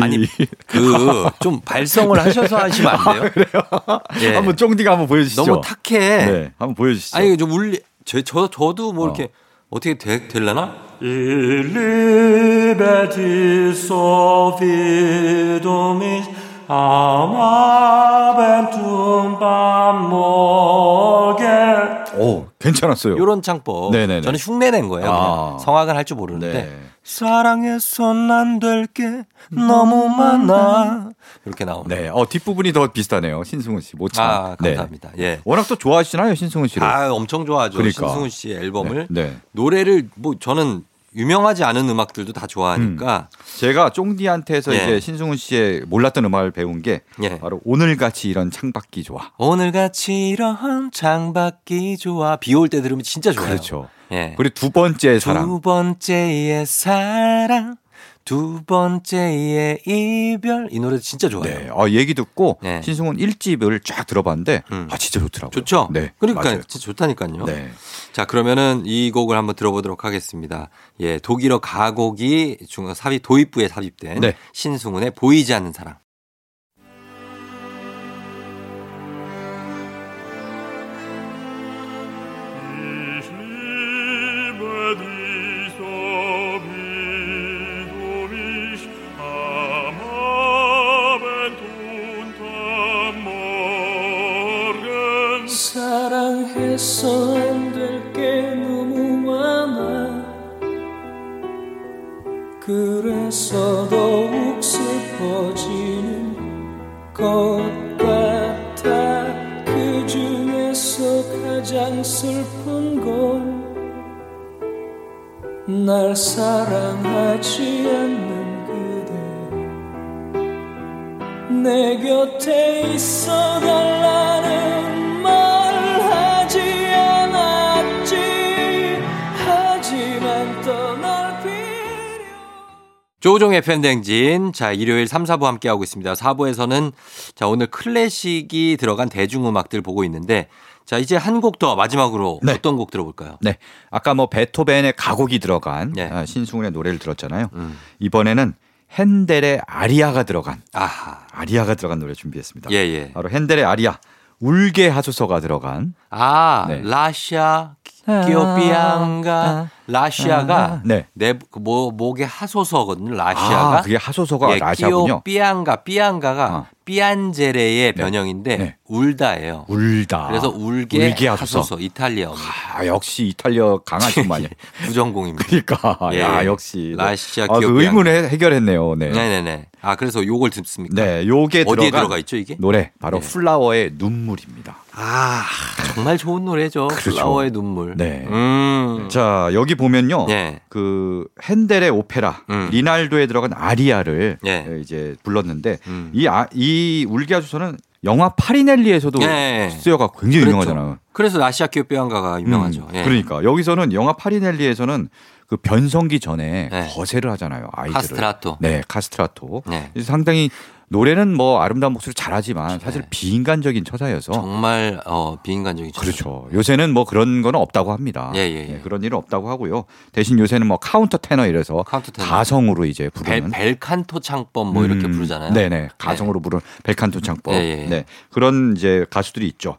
Speaker 1: 아니 그 좀 발성을 하셔서 하시면 안 돼요? 예.
Speaker 8: 아, 한번 쫑디가 한번 보여주시죠.
Speaker 1: 너무 탁해.
Speaker 8: 네, 한번 보여주시죠.
Speaker 1: 아니 좀 울리 저, 저 저도 뭐 이렇게 어떻게 되, 될라나?
Speaker 8: 오, 괜찮았어요.
Speaker 1: 요런 창법.
Speaker 8: 네네네.
Speaker 1: 저는 흉내 낸 거예요.
Speaker 8: 아.
Speaker 1: 그냥. 성악은 할 줄 모르는데
Speaker 8: 네.
Speaker 1: 사랑해선 안될게 너무 많아 이렇게 나오는.
Speaker 8: 네, 어 뒷부분이 더 비슷하네요. 신승훈 씨 모창.
Speaker 1: 아
Speaker 8: 네.
Speaker 1: 감사합니다. 예.
Speaker 8: 워낙 또 좋아하시나요, 신승훈 씨를?
Speaker 1: 아 엄청 좋아하죠.
Speaker 8: 그러니까.
Speaker 1: 신승훈 씨의 앨범을
Speaker 8: 네, 네.
Speaker 1: 노래를 뭐 저는 유명하지 않은 음악들도 다 좋아하니까
Speaker 8: 제가 쫑디한테서
Speaker 1: 예.
Speaker 8: 이제 신승훈 씨의 몰랐던 음악을 배운 게
Speaker 1: 예.
Speaker 8: 바로 오늘같이 이런 창밖이 좋아.
Speaker 1: 오늘같이 이런 장밖이 좋아 비 올 때 들으면 진짜 좋아요.
Speaker 8: 그렇죠.
Speaker 1: 예.
Speaker 8: 그리고 두 번째 사랑.
Speaker 1: 두 번째의 사랑, 두 번째의 이별 이 노래도 진짜 좋아요.
Speaker 8: 네, 어, 얘기 듣고
Speaker 1: 네.
Speaker 8: 신승훈 1집을 쫙 들어봤는데
Speaker 1: 음.
Speaker 8: 아 진짜 좋더라고요.
Speaker 1: 좋죠?
Speaker 8: 네,
Speaker 1: 그러니까
Speaker 8: 맞아요.
Speaker 1: 진짜 좋다니까요.
Speaker 8: 네.
Speaker 1: 자, 그러면은 이 곡을 한번 들어보도록 하겠습니다. 예, 독일어 가곡이 중 삽입 도입부에 삽입된
Speaker 8: 네.
Speaker 1: 신승훈의 보이지 않는 사랑.
Speaker 3: 사랑해서 안될게 너무 많아 그래서 더욱 슬퍼지는 것 같아 그 중에서 가장 슬픈 건 날 사랑하지 않는 그대 내 곁에 있어 달라는 말 하지 않았지 하지만 떠날 필요
Speaker 1: 조종의 팬댕진. 자, 일요일 3, 4부 함께하고 있습니다. 4부에서는 자, 오늘 클래식이 들어간 대중음악들 보고 있는데 자, 이제 한 곡 더 마지막으로
Speaker 8: 네.
Speaker 1: 어떤 곡 들어볼까요?
Speaker 8: 네. 아까 뭐 베토벤의 가곡이 들어간
Speaker 1: 네.
Speaker 8: 아, 신승훈의 노래를 들었잖아요.
Speaker 1: 음.
Speaker 8: 이번에는 핸델의 아리아가 들어간
Speaker 1: 아하.
Speaker 8: 아리아가 들어간 노래 준비했습니다.
Speaker 1: 예, 예.
Speaker 8: 바로 핸델의 아리아 울게 하소서가 들어간
Speaker 1: 아,
Speaker 8: 네. 아,
Speaker 1: 라시아, 기오피앙가, 라시아가
Speaker 8: 네.
Speaker 1: 내 모, 목에 하소서거든요. 라시아가.
Speaker 8: 아, 그게 하소서가
Speaker 1: 예,
Speaker 8: 라시아군요.
Speaker 1: 끼오피앙가, 삐앙가가
Speaker 8: 어.
Speaker 1: 삐안제레의
Speaker 8: 네.
Speaker 1: 변형인데
Speaker 8: 네.
Speaker 1: 울다예요.
Speaker 8: 울다. 아,
Speaker 1: 그래서 울게,
Speaker 8: 울게 하소서.
Speaker 1: 하소서. 이탈리아어.
Speaker 8: 아, 역시 이탈리아 강하신 분이에요.
Speaker 1: 부전공입니다.
Speaker 8: 그러니까
Speaker 1: 예.
Speaker 8: 야 역시
Speaker 1: 라시아
Speaker 8: 아, 그
Speaker 1: 기억이 안
Speaker 8: 의문을 해결했네요. 네. 네.
Speaker 1: 네네네. 아 그래서 요걸 듣습니까?
Speaker 8: 요게
Speaker 1: 어디에
Speaker 8: 들어간
Speaker 1: 들어가 있죠, 이게?
Speaker 8: 노래 바로
Speaker 1: 네.
Speaker 8: 플라워의 눈물입니다.
Speaker 1: 아 정말 좋은 노래죠.
Speaker 8: 그렇죠.
Speaker 1: 플라워의 눈물.
Speaker 8: 네.
Speaker 1: 음.
Speaker 8: 자 여기 보면요.
Speaker 1: 예.
Speaker 8: 그 핸델의 오페라
Speaker 1: 음.
Speaker 8: 리날도에 들어간 아리아를
Speaker 1: 예.
Speaker 8: 이제 불렀는데
Speaker 1: 음.
Speaker 8: 이, 아, 이 울게 하소서는 영화 파리넬리에서도
Speaker 1: 예.
Speaker 8: 수요가 굉장히
Speaker 1: 그렇죠.
Speaker 8: 유명하잖아요.
Speaker 1: 그래서 아시아 기업 뼈양가가 유명하죠.
Speaker 8: 음,
Speaker 1: 예.
Speaker 8: 그러니까 여기서는 영화 파리넬리에서는 그 변성기 전에
Speaker 1: 네.
Speaker 8: 거세를 하잖아요. 아이들을.
Speaker 1: 카스트라토.
Speaker 8: 네, 카스트라토.
Speaker 1: 네.
Speaker 8: 그래서 상당히 노래는 뭐 아름다운 목소리 잘하지만 사실
Speaker 1: 네.
Speaker 8: 비인간적인 처사여서
Speaker 1: 정말 어, 비인간적인 처사.
Speaker 8: 그렇죠. 요새는 뭐 그런 거는 없다고 합니다.
Speaker 1: 예, 예, 예.
Speaker 8: 네, 그런 일은 없다고 하고요. 대신 요새는 뭐 카운터 테너 이래서
Speaker 1: 카운터 테너.
Speaker 8: 가성으로 이제
Speaker 1: 벨,
Speaker 8: 부르는
Speaker 1: 벨칸토 창법 뭐 이렇게
Speaker 8: 음,
Speaker 1: 부르잖아요.
Speaker 8: 네네. 가성으로 부르는 벨칸토 창법.
Speaker 1: 예, 예.
Speaker 8: 네. 그런 이제 가수들이 있죠.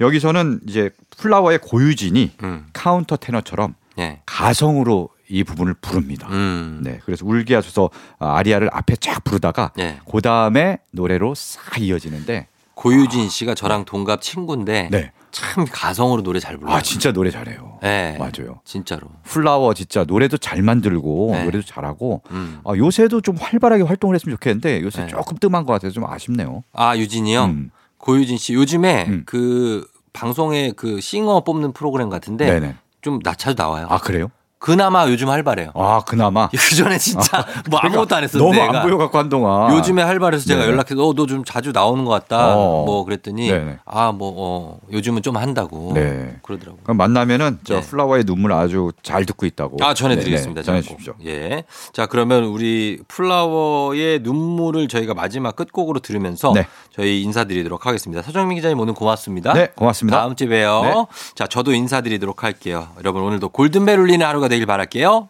Speaker 8: 여기서는 이제 플라워의 고유진이
Speaker 1: 음.
Speaker 8: 카운터 테너처럼
Speaker 1: 예.
Speaker 8: 가성으로 이 부분을 부릅니다.
Speaker 1: 음.
Speaker 8: 네. 그래서 울게 하소서 아리아를 앞에 쫙 부르다가
Speaker 1: 예.
Speaker 8: 그 다음에 노래로 싹 이어지는데
Speaker 1: 고유진 씨가 저랑 동갑 친구인데
Speaker 8: 네.
Speaker 1: 참 가성으로 노래 잘 불러요.
Speaker 8: 아 진짜 노래 잘해요.
Speaker 1: 예.
Speaker 8: 맞아요.
Speaker 1: 진짜로.
Speaker 8: 플라워 진짜 노래도 잘 만들고
Speaker 1: 네.
Speaker 8: 노래도 잘하고
Speaker 1: 음.
Speaker 8: 아, 요새도 좀 활발하게 활동을 했으면 좋겠는데 요새
Speaker 1: 네.
Speaker 8: 조금 뜸한 것 같아서 좀 아쉽네요.
Speaker 1: 아, 유진이 형.
Speaker 8: 음.
Speaker 1: 고유진 씨 요즘에
Speaker 8: 음.
Speaker 1: 그 방송에 그 싱어 뽑는 프로그램 같은데
Speaker 8: 네네.
Speaker 1: 좀 낮춰 나와요.
Speaker 8: 아 그래요?
Speaker 1: 그나마 요즘 활발해요.
Speaker 8: 아 그나마
Speaker 1: 그 전에 진짜 뭐 아무것도 안 했었는데
Speaker 8: 어. 너무
Speaker 1: 얘가
Speaker 8: 안 보여갖고 한동안
Speaker 1: 요즘에 활발해서 제가
Speaker 8: 네.
Speaker 1: 연락해서 어, 너 좀 자주 나오는 것 같다.
Speaker 8: 어.
Speaker 1: 뭐 그랬더니
Speaker 8: 네네.
Speaker 1: 아, 뭐 어, 요즘은 좀 한다고
Speaker 8: 네.
Speaker 1: 그러더라고요.
Speaker 8: 그럼 만나면은
Speaker 1: 네.
Speaker 8: 저 플라워의 눈물 아주 잘 듣고 있다고.
Speaker 1: 아, 전해드리겠습니다.
Speaker 8: 네, 네, 전해주십시오.
Speaker 1: 꼭. 예. 자, 그러면 우리 플라워의 눈물을 저희가 마지막 끝곡으로 들으면서
Speaker 8: 네.
Speaker 1: 저희 인사드리도록 하겠습니다. 서정민 기자님 오늘 고맙습니다.
Speaker 8: 네, 고맙습니다. 네.
Speaker 1: 다음 주에 봬요. 자, 저도 인사드리도록 할게요. 여러분 오늘도 골든벨 울리는 하루가 되길 바랄게요.